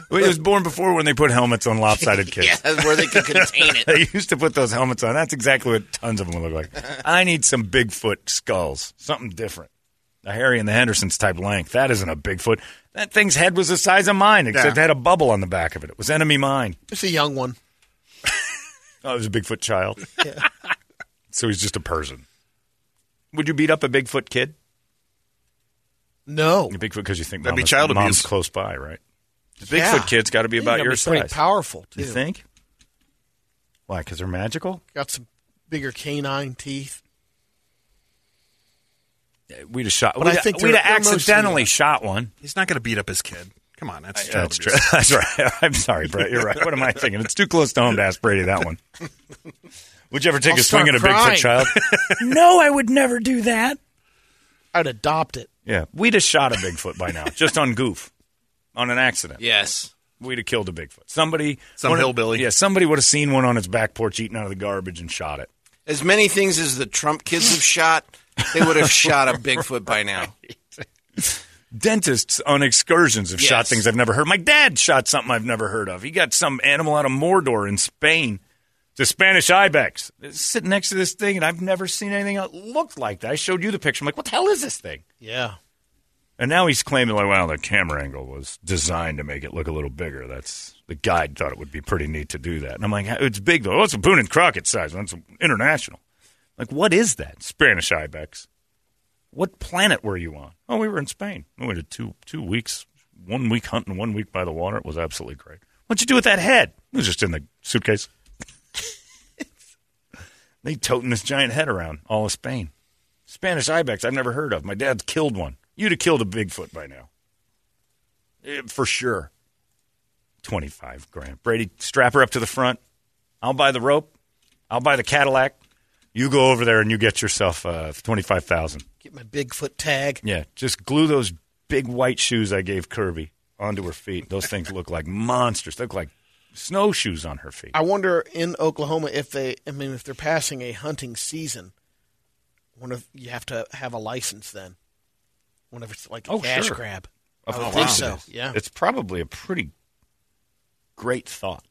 Speaker 4: Well, he was born before when they put helmets on lopsided kids.
Speaker 7: yeah, where they can contain it.
Speaker 4: they used to put those helmets on. That's exactly what tons of them look like. I need some Bigfoot skulls, something different. A Harry and the Hendersons type length. That isn't a Bigfoot. That thing's head was the size of mine, except
Speaker 6: Yeah.
Speaker 4: it had a bubble on the back of it. It was enemy mine.
Speaker 6: It's a young one.
Speaker 4: Oh, it was a Bigfoot child. So he's just a person. Would you beat up a Bigfoot kid?
Speaker 6: No.
Speaker 4: A Bigfoot because you think
Speaker 5: That'd be
Speaker 4: mama's-
Speaker 5: child
Speaker 4: mom's
Speaker 5: abuse.
Speaker 4: close by, right? The Bigfoot
Speaker 6: Yeah.
Speaker 4: kid's got to be
Speaker 6: Yeah,
Speaker 4: about
Speaker 6: they're
Speaker 4: your
Speaker 6: pretty
Speaker 4: size.
Speaker 6: powerful,
Speaker 4: You
Speaker 6: too.
Speaker 4: think? Why? Because they're magical.
Speaker 6: Got some bigger canine teeth.
Speaker 4: We'd have shot.
Speaker 6: But
Speaker 4: we'd
Speaker 6: I
Speaker 4: have-
Speaker 6: think
Speaker 4: we'd
Speaker 6: they're-
Speaker 4: have
Speaker 6: they're mostly-
Speaker 4: accidentally shot one.
Speaker 5: He's not going to beat up his kid. Come on, that's child
Speaker 4: That's true.
Speaker 5: abuse.
Speaker 4: That's right. I'm sorry, Brett. You're right. What am I thinking? It's too close to home to ask Brady that one. Would you ever take
Speaker 6: I'll
Speaker 4: a swing at
Speaker 6: start
Speaker 4: a
Speaker 6: crying.
Speaker 4: Bigfoot child?
Speaker 6: no, I would never do that. I'd adopt it.
Speaker 4: Yeah, we'd have shot a Bigfoot by now, just on goof, on an accident.
Speaker 7: Yes.
Speaker 4: We'd have killed a Bigfoot. Somebody,
Speaker 7: Some
Speaker 4: one of-
Speaker 7: hillbilly.
Speaker 4: Yeah, somebody would have seen one on his back porch eating out of the garbage and shot it.
Speaker 7: As many things as the Trump kids have shot, they would have shot a Bigfoot by now.
Speaker 4: Dentists on excursions have shot
Speaker 7: Yes.
Speaker 4: things I've never heard. My dad shot something I've never heard of. He got some animal out of Mordor in Spain, the Spanish ibex, It's sitting next to this thing, and I've never seen anything that looked like that. I showed you the picture. I'm like, what the hell is this thing?
Speaker 6: Yeah.
Speaker 4: And now he's claiming, like, wow, the camera angle was designed to make it look a little bigger. That's the guide thought it would be pretty neat to do that. And I'm like, it's big though. That's a Boone and Crockett size. That's international. Like, what is that? Spanish ibex. What planet were you on? Oh, we were in Spain. We did two two weeks, one week hunting, one week by the water. It was absolutely great. What'd you do with that head? It was just in the suitcase. they toting this giant head around all of Spain. Spanish ibex I've never heard of. My dad's killed one. You'd have killed a Bigfoot by now. Eh, For sure. 25 grand. Brady, strap her up to the front. I'll buy the rope. I'll buy the Cadillac. You go over there and you get yourself uh, 25,000.
Speaker 6: Get my Bigfoot tag.
Speaker 4: Yeah, just glue those big white shoes I gave Kirby onto her feet. Those things look like monsters. They look like snowshoes on her feet.
Speaker 6: I wonder in Oklahoma if they, I mean, if they're passing a hunting season, one of you have to have a license then. Whenever it's like a
Speaker 4: Oh,
Speaker 6: cash
Speaker 4: sure.
Speaker 6: grab,
Speaker 4: Of
Speaker 6: I would
Speaker 4: course
Speaker 6: think
Speaker 4: it
Speaker 6: so.
Speaker 4: is.
Speaker 6: Yeah,
Speaker 4: It's probably a pretty great thought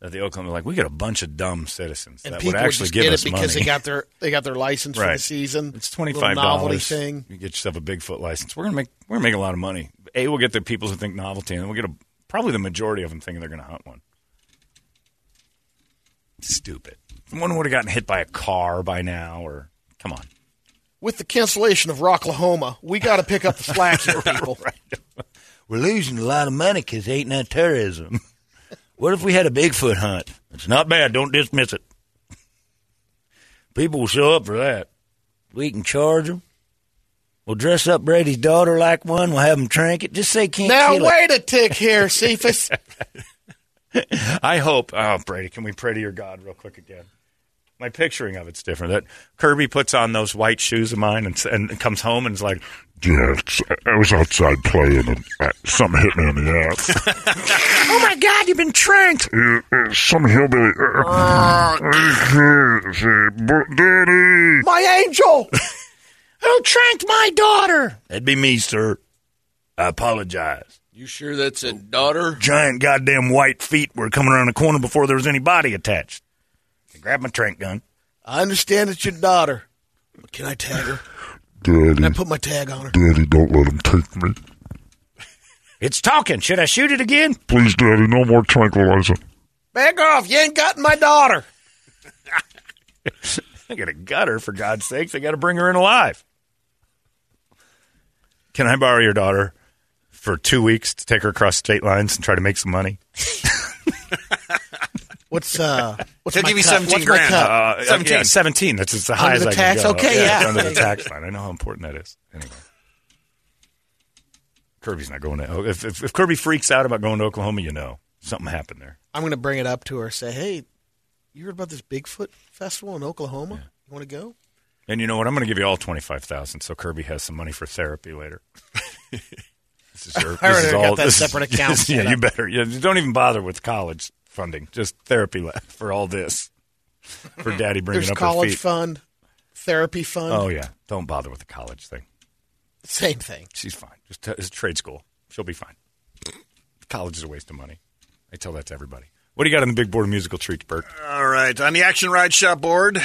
Speaker 4: that the Oakland were like, we got a bunch of dumb citizens
Speaker 6: and
Speaker 4: that
Speaker 6: people
Speaker 4: would
Speaker 6: would
Speaker 4: actually
Speaker 6: just
Speaker 4: give
Speaker 6: get
Speaker 4: us
Speaker 6: it because
Speaker 4: money.
Speaker 6: they got their they got their license for the
Speaker 4: Right.
Speaker 6: season.
Speaker 4: It's twenty
Speaker 6: Little
Speaker 4: five
Speaker 6: novelty
Speaker 4: dollars.
Speaker 6: thing.
Speaker 4: You get yourself a Bigfoot license. We're gonna make we're gonna make a lot of money. A, we'll get the people who think novelty, and then we'll get a, probably the majority of them thinking they're gonna hunt one. Stupid. One would have gotten hit by a car by now, or come on.
Speaker 6: With the cancellation of Rocklahoma, we got to pick up the slack here, people.
Speaker 4: We're losing a lot of money because ain't no terrorism. what if we had a Bigfoot hunt? It's not bad. Don't dismiss it. People will show up for that. We can charge them. We'll dress up Brady's daughter like one. We'll have them trank it. Just say can't
Speaker 6: Now wait a tick here, Cephas.
Speaker 4: I hope. Oh, Brady, can we pray to your God real quick again? My picturing of it's different. That Kirby puts on those white shoes of mine and, s- and comes home and is like,
Speaker 3: Yeah, it's, I was outside playing and uh, something hit me in the ass.
Speaker 10: Oh my god, you've been tranked!
Speaker 3: Uh, uh, some hillbilly. Uh, uh, say, "Bro- Daddy!
Speaker 10: My angel! Who tranked my daughter?
Speaker 4: "That'd be me, sir. I apologize."
Speaker 7: You sure that's a daughter?
Speaker 4: Giant goddamn white feet were coming around the corner before there was any body attached. I grabbed my trank gun.
Speaker 6: I understand it's your daughter. But can I tag her? Can I
Speaker 3: Daddy,
Speaker 6: put my tag on her?
Speaker 3: Daddy, don't let him take me.
Speaker 4: It's talking. Should I shoot it again?
Speaker 3: Please, Daddy, no more tranquilizer.
Speaker 6: Back off! You ain't got my daughter.
Speaker 4: I gotta gut her for God's sakes. I gotta bring her in alive. Can I borrow your daughter for two weeks to take her across state lines and try to make some money?
Speaker 6: What's uh? What's
Speaker 5: They'll
Speaker 6: my
Speaker 5: give you
Speaker 6: cup?
Speaker 5: 17
Speaker 6: What's my
Speaker 5: grand.
Speaker 6: cup?
Speaker 4: Uh, yeah,
Speaker 5: 17.
Speaker 4: seventeen. That's as the high
Speaker 6: Under
Speaker 4: as
Speaker 6: the
Speaker 4: I
Speaker 6: tax?
Speaker 4: can go.
Speaker 6: Okay,
Speaker 4: it's
Speaker 6: yeah.
Speaker 4: under the tax line. I know how important that is. Anyway, Kirby's not going to. oh, If, if, if Kirby freaks out about going to Oklahoma, you know something happened there.
Speaker 6: I'm going to bring it up to her. Say, hey, you heard about this Bigfoot festival in Oklahoma? You want to go?
Speaker 4: And you know what? I'm going to give you all twenty five thousand, so Kirby has some money for therapy later. this is your.
Speaker 6: I
Speaker 4: This is
Speaker 6: already got
Speaker 4: all
Speaker 6: that
Speaker 4: this is-
Speaker 6: separate account
Speaker 4: this- yeah,
Speaker 6: set
Speaker 4: you
Speaker 6: up.
Speaker 4: better. Yeah, don't even bother with college funding. Just therapy le- for all this. For Daddy bringing
Speaker 6: There's
Speaker 4: up
Speaker 6: college
Speaker 4: her feet.
Speaker 6: fund, therapy fund.
Speaker 4: Oh yeah, don't bother with the college thing.
Speaker 6: Same thing.
Speaker 4: She's fine. Just t- it's trade school. She'll be fine. College is a waste of money. I tell that to everybody. What do you got on the big board of musical treats, Bert?
Speaker 5: All right, on the Action Ride Shop board,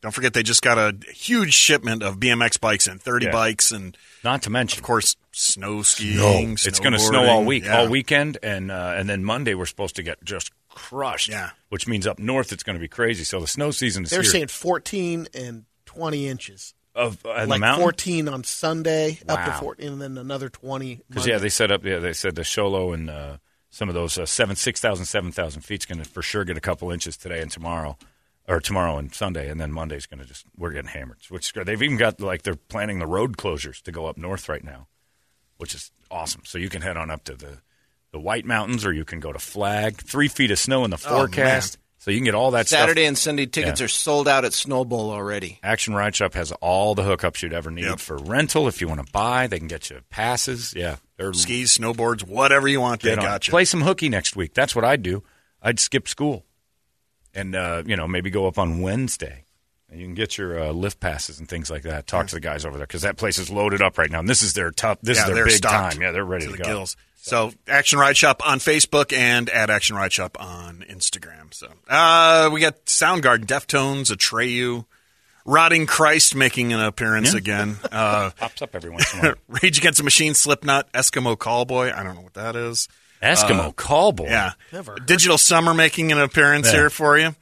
Speaker 5: don't forget they just got a huge shipment of BMX bikes and 30
Speaker 4: Yeah.
Speaker 5: bikes and
Speaker 4: not to mention
Speaker 5: of course snow skiing.
Speaker 4: it's going to snow all
Speaker 5: snowboarding.
Speaker 4: week,
Speaker 5: Yeah.
Speaker 4: all weekend, and uh, and then Monday we're supposed to get just crushed.
Speaker 6: Yeah.
Speaker 4: which means up north it's going to be crazy. So the snow season is
Speaker 6: They're
Speaker 4: here.
Speaker 6: saying 14 and 20 inches.
Speaker 4: Of- uh, in the
Speaker 6: like
Speaker 4: mountain?
Speaker 6: 14 on Sunday, up to
Speaker 4: Wow.
Speaker 6: 14, and then another 20.
Speaker 4: Because yeah, they set up. Yeah, they said the Sholo and uh, some of those uh, seven, six thousand, seven thousand feet's going to for sure get a couple inches today and tomorrow, or tomorrow and Sunday, and then Monday's going to just we're getting hammered. Which is great. they've even got like they're planning the road closures to go up north right now, which is awesome. So you can head on up to the the White Mountains, or you can go to Flag. Three feet of snow in the
Speaker 7: Oh,
Speaker 4: forecast,
Speaker 7: man.
Speaker 4: so you can get all that stuff.
Speaker 7: Saturday and Sunday tickets
Speaker 4: Yeah.
Speaker 7: are sold out at Snowball already.
Speaker 4: Action Ride Shop has all the hookups you'd ever need for rental. If you want to buy, they can get you passes. Yeah, they're
Speaker 5: skis, snowboards, whatever you want. They
Speaker 4: Get on
Speaker 5: got
Speaker 4: it.
Speaker 5: you.
Speaker 4: Play some hooky next week. That's what I'd do. I'd skip school, and uh, you know maybe go up on Wednesday, and you can get your uh, lift passes and things like that. Talk to the guys over there because that place is loaded up right now, and this is their top. This
Speaker 5: Yeah,
Speaker 4: is their
Speaker 5: they're
Speaker 4: big
Speaker 5: stocked
Speaker 4: time. Yeah, they're ready
Speaker 5: to
Speaker 4: to,
Speaker 5: the
Speaker 4: go.
Speaker 5: gills. So Action Ride Shop on Facebook and at Action Ride Shop on Instagram. So uh, we got Soundgarden, Deftones, Atreyu, Rotting Christ making an appearance
Speaker 4: Yeah.
Speaker 5: again. Uh,
Speaker 4: Pops up every once in a while.
Speaker 5: Rage Against the Machine, Slipknot, Eskimo Callboy. I don't know what that is.
Speaker 4: Eskimo Callboy.
Speaker 5: Uh, Yeah.
Speaker 6: Never heard
Speaker 5: Digital Summer making an appearance
Speaker 4: Yeah.
Speaker 5: here for you.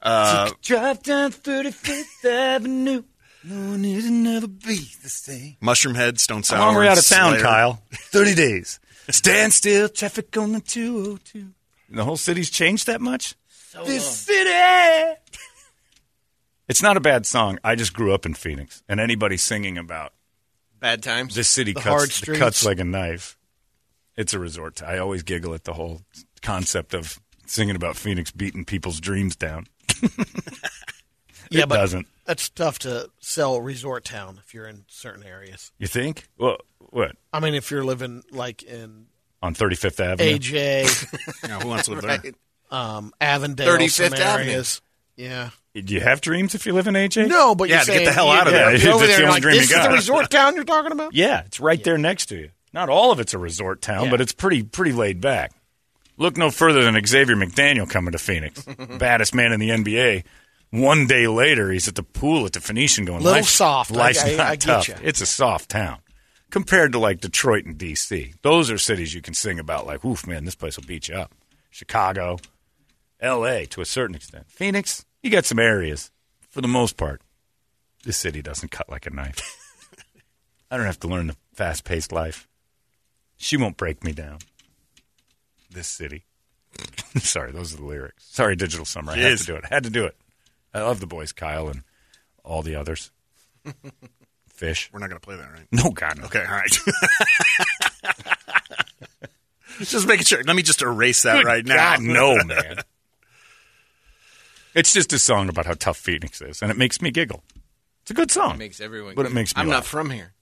Speaker 5: Uh,
Speaker 4: Drive down 35th Avenue.
Speaker 11: No one is never be the same.
Speaker 5: Mushroom Head, Stone Sour.
Speaker 4: How long are we out of town,
Speaker 5: Slayer.
Speaker 4: Kyle? Thirty days.
Speaker 11: Stand still, traffic on the 202.
Speaker 4: The whole city's changed that much.
Speaker 11: this city.
Speaker 4: It's not a bad song. I just grew up in Phoenix, and anybody singing about
Speaker 7: Bad times.
Speaker 4: This city
Speaker 7: The hard
Speaker 4: cuts,
Speaker 7: streets.
Speaker 4: cuts like a knife. It's a resort. I always giggle at the whole concept of singing about Phoenix beating people's dreams down.
Speaker 6: Yeah,
Speaker 4: it
Speaker 6: but
Speaker 4: doesn't.
Speaker 6: That's tough to sell resort town if you're in certain areas.
Speaker 4: You think? Well, what
Speaker 6: I mean, if you're living like in
Speaker 4: on Thirty Fifth Avenue?
Speaker 6: AJ.
Speaker 5: yeah, who wants to live there? Right.
Speaker 6: Um, Avondale,
Speaker 7: 35th
Speaker 6: 35th
Speaker 7: Avenue.
Speaker 6: areas. Yeah.
Speaker 4: Do you have dreams if you live in AJ?
Speaker 6: No, but you're
Speaker 4: yeah, to
Speaker 6: saying
Speaker 4: get the hell out of
Speaker 6: you'd
Speaker 4: there.
Speaker 6: be
Speaker 4: It's
Speaker 6: over
Speaker 4: the
Speaker 6: there
Speaker 4: only
Speaker 6: like,
Speaker 4: dream you
Speaker 6: this is
Speaker 4: got.
Speaker 6: the resort town you're talking about.
Speaker 4: Yeah, it's right there next to you. Not all of it's a resort town, but it's pretty pretty laid back. Look no further than Xavier McDaniel coming to Phoenix, baddest man in the NBA. One day later, he's at the pool at the Phoenician going
Speaker 6: Little
Speaker 4: "Life's-
Speaker 6: soft. I-
Speaker 4: Life's
Speaker 6: I-
Speaker 4: not
Speaker 6: I get
Speaker 4: tough.
Speaker 6: ya.
Speaker 4: It's a soft town compared to like Detroit and D.C. Those are cities you can sing about. Like, oof, man, this place will beat you up. Chicago, L.A. to a certain extent. Phoenix, you got some areas. For the most part, this city doesn't cut like a knife. I don't have to learn the fast paced life. She won't break me down. This city. Sorry, those are the lyrics. Sorry, Digital Summer. I had
Speaker 5: Jeez.
Speaker 4: to do it. I had to do it. I love the boys, Kyle and all the others. Fish.
Speaker 5: We're not going to play that, right?
Speaker 4: No, God, no.
Speaker 5: Okay, all right. just making sure. Let me just erase that
Speaker 4: Good
Speaker 5: right now.
Speaker 4: God, no, man. It's just a song about how tough Phoenix is, and it makes me giggle. It's a good song.
Speaker 7: It makes everyone
Speaker 4: But it
Speaker 7: giggle.
Speaker 4: makes me
Speaker 7: I'm
Speaker 4: laugh.
Speaker 7: not from here.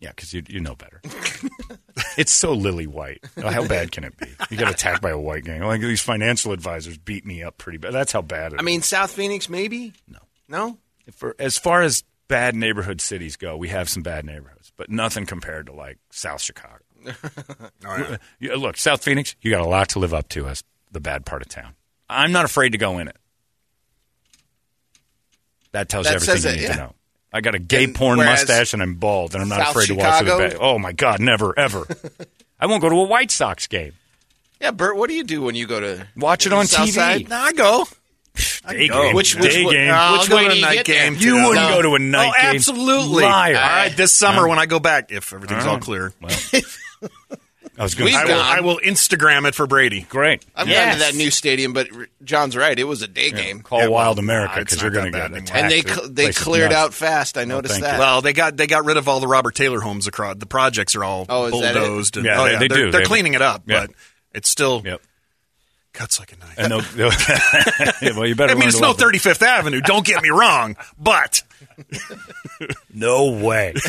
Speaker 4: Yeah, because you, you know better. it's so lily white. Oh, how bad can it be? You get attacked by a white gang. Like these financial advisors beat me up pretty bad. That's how bad it is.
Speaker 7: I mean, South Phoenix, maybe? No. No?
Speaker 4: For, as far as bad neighborhood cities go, we have some bad neighborhoods, but nothing compared to like South Chicago. Uh, yeah, Look, South Phoenix, you got a lot to live up to as the bad part of town. I'm not afraid to go in it. That tells you
Speaker 7: That
Speaker 4: everything
Speaker 7: says
Speaker 4: you
Speaker 7: it,
Speaker 4: need
Speaker 7: yeah.
Speaker 4: to know. I got a gay
Speaker 7: And
Speaker 4: porn
Speaker 7: whereas
Speaker 4: mustache and I'm bald, and I'm not
Speaker 7: South
Speaker 4: afraid to watch the
Speaker 7: Chicago-
Speaker 4: bad. Oh my god, never ever. I won't go to a White Sox game.
Speaker 7: Yeah, Bert, what do you do when you go to
Speaker 4: Watch it on
Speaker 7: South
Speaker 4: TV.
Speaker 7: Side? No, I go. I
Speaker 4: Day
Speaker 7: go.
Speaker 4: game.
Speaker 7: Which, which, Uh,
Speaker 4: Day
Speaker 7: wa-
Speaker 4: game.
Speaker 7: I'll
Speaker 5: Which
Speaker 7: go
Speaker 5: way
Speaker 7: to
Speaker 5: do
Speaker 7: a
Speaker 5: you
Speaker 7: night
Speaker 5: get there?
Speaker 7: game.
Speaker 4: You
Speaker 7: No.
Speaker 4: wouldn't go to a night
Speaker 5: oh,
Speaker 4: game.
Speaker 5: absolutely.
Speaker 4: Liar.
Speaker 5: All right, this summer
Speaker 4: Huh?
Speaker 5: when I go back, if everything's all,
Speaker 4: All right.
Speaker 5: clear,
Speaker 4: I was
Speaker 7: We've
Speaker 5: I, will,
Speaker 7: gone.
Speaker 5: I will Instagram it for Brady.
Speaker 4: Great.
Speaker 7: I've gone to that new stadium, but r- John's right. It was a day game. ah,
Speaker 4: Call
Speaker 5: Yeah,
Speaker 4: Wild
Speaker 5: well,
Speaker 4: America
Speaker 5: it's
Speaker 4: because
Speaker 5: not
Speaker 4: you're going to
Speaker 5: that
Speaker 4: get
Speaker 5: bad
Speaker 4: attacked.
Speaker 7: and they
Speaker 4: The
Speaker 7: cl- they
Speaker 4: place is
Speaker 7: cleared
Speaker 4: nuts.
Speaker 7: out fast. I noticed
Speaker 4: thank
Speaker 7: that.
Speaker 4: you.
Speaker 5: Well, they got they got rid of all the Robert Taylor homes across. The projects are all
Speaker 7: Oh, is that it?
Speaker 5: bulldozed. And,
Speaker 4: Yeah,
Speaker 5: oh,
Speaker 4: they-
Speaker 5: yeah
Speaker 4: they
Speaker 5: are
Speaker 4: do.
Speaker 5: They're
Speaker 4: They-
Speaker 5: cleaning it up,
Speaker 4: Yeah.
Speaker 5: but it's still
Speaker 4: Yep.
Speaker 5: cuts like a knife.
Speaker 4: And they'll- they'll- yeah, well, you better.
Speaker 5: I mean,
Speaker 4: learn
Speaker 5: it's
Speaker 4: to
Speaker 5: no
Speaker 4: love it.
Speaker 5: 35th Avenue. Don't get me wrong, but
Speaker 4: No way.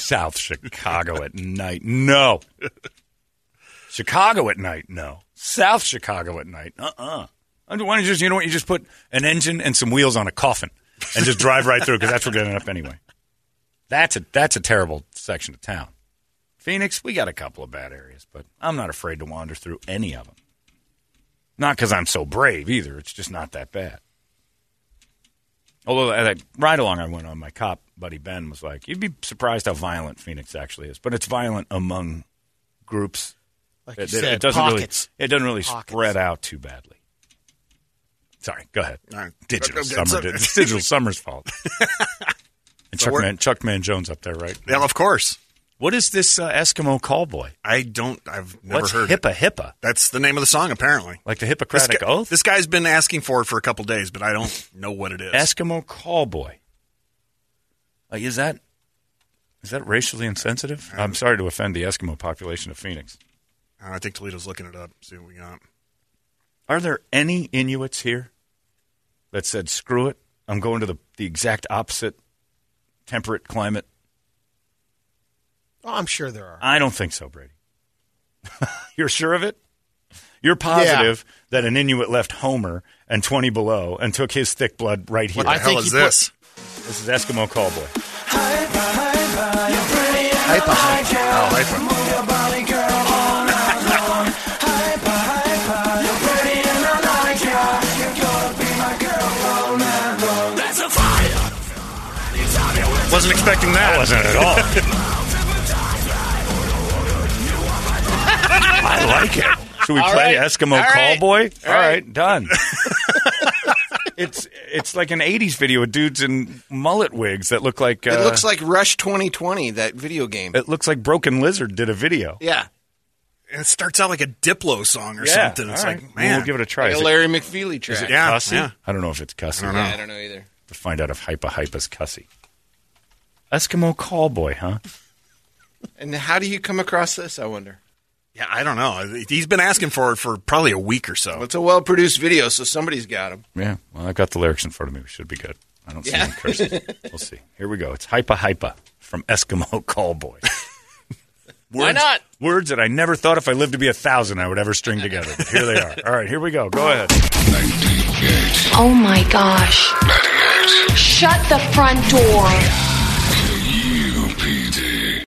Speaker 4: South Chicago at night. No. Chicago at night. No. South Chicago at night. Uh uh Why don't you just, you know what? You just put an engine and some wheels on a coffin and just drive right through because that's where we're getting up anyway. That's a, that's a terrible section of town. Phoenix, we got a couple of bad areas, but I'm not afraid to wander through any of them. Not because I'm so brave either. It's just not that bad. Although at that ride along I went on, my cop buddy Ben was like, "You'd be surprised how violent Phoenix actually is, but it's violent among groups.
Speaker 6: Like you said,
Speaker 4: doesn't
Speaker 6: pockets.
Speaker 4: really it doesn't really
Speaker 6: Pockets.
Speaker 4: spread out too badly." Sorry, go ahead. Digital
Speaker 5: Okay,
Speaker 4: summer,
Speaker 5: sorry.
Speaker 4: it's digital summer's fault. and
Speaker 5: So
Speaker 4: Chuck
Speaker 5: we're-
Speaker 4: Man, Chuck Man Jones up there, right?
Speaker 5: Yeah, of course.
Speaker 4: What is this uh, Eskimo callboy?
Speaker 5: I don't. I've never
Speaker 4: What's
Speaker 5: heard.
Speaker 4: HIPAA
Speaker 5: It.
Speaker 4: HIPAA?
Speaker 5: That's the name of the song, apparently.
Speaker 4: Like the
Speaker 5: This
Speaker 4: Hippocratic
Speaker 5: guy-
Speaker 4: Oath?
Speaker 5: This guy's been asking for it for a couple days, but I don't know what it is.
Speaker 4: Eskimo callboy. Like, is that is that racially insensitive? I'm sorry to offend the Eskimo population of Phoenix.
Speaker 5: Uh, I think Toledo's looking it up. See what we got.
Speaker 4: Are there any Inuits here that said, "Screw it, I'm going to the the exact opposite temperate climate"?
Speaker 6: Oh, I'm sure there are.
Speaker 4: I don't think so, Brady. You're sure of it? You're positive that an Inuit left Homer and 20 below and took his thick blood right here.
Speaker 5: What the I hell think is he put- this?
Speaker 4: This is Eskimo Callboy.
Speaker 5: Wasn't expecting that.
Speaker 4: wasn't at all. I like it. Should we
Speaker 5: All
Speaker 4: play
Speaker 5: right.
Speaker 4: Eskimo
Speaker 5: All right.
Speaker 4: Callboy?
Speaker 5: All
Speaker 4: All
Speaker 5: right.
Speaker 4: right, done. it's it's like an '80s video with dudes in mullet wigs that look like uh,
Speaker 7: it looks like Rush 2020, that video game.
Speaker 4: it looks like Broken Lizard did a video.
Speaker 7: yeah.
Speaker 5: And it starts out like a Diplo song or
Speaker 4: Yeah,
Speaker 5: something. It's
Speaker 4: all right.
Speaker 5: like, man,
Speaker 4: we'll give it a try.
Speaker 7: Like
Speaker 4: Is
Speaker 7: a
Speaker 4: it-
Speaker 7: Larry McFeely track.
Speaker 4: Is it
Speaker 5: Yeah,
Speaker 4: Cussy?
Speaker 5: yeah.
Speaker 4: I don't know if it's Cussy.
Speaker 7: Yeah, I don't know either.
Speaker 4: To find out if Hypa Hypa's Cussy. Eskimo Callboy, huh?
Speaker 7: And how do you come across this, I wonder?
Speaker 5: Yeah, I don't know. He's been asking for it for probably a week or so.
Speaker 7: Well, it's a well produced video, so somebody's got him.
Speaker 4: Yeah. Well, I've got the lyrics in front of me. We should be good. I don't see
Speaker 7: Yeah.
Speaker 4: any curses. we'll see. Here we go. It's Hypa Hypa from Eskimo Callboy.
Speaker 7: Why not?
Speaker 4: Words that I never thought if I lived to be a thousand I would ever string together. But here they are. All right, here we go. Go ahead.
Speaker 2: Oh my gosh. Shut the front door.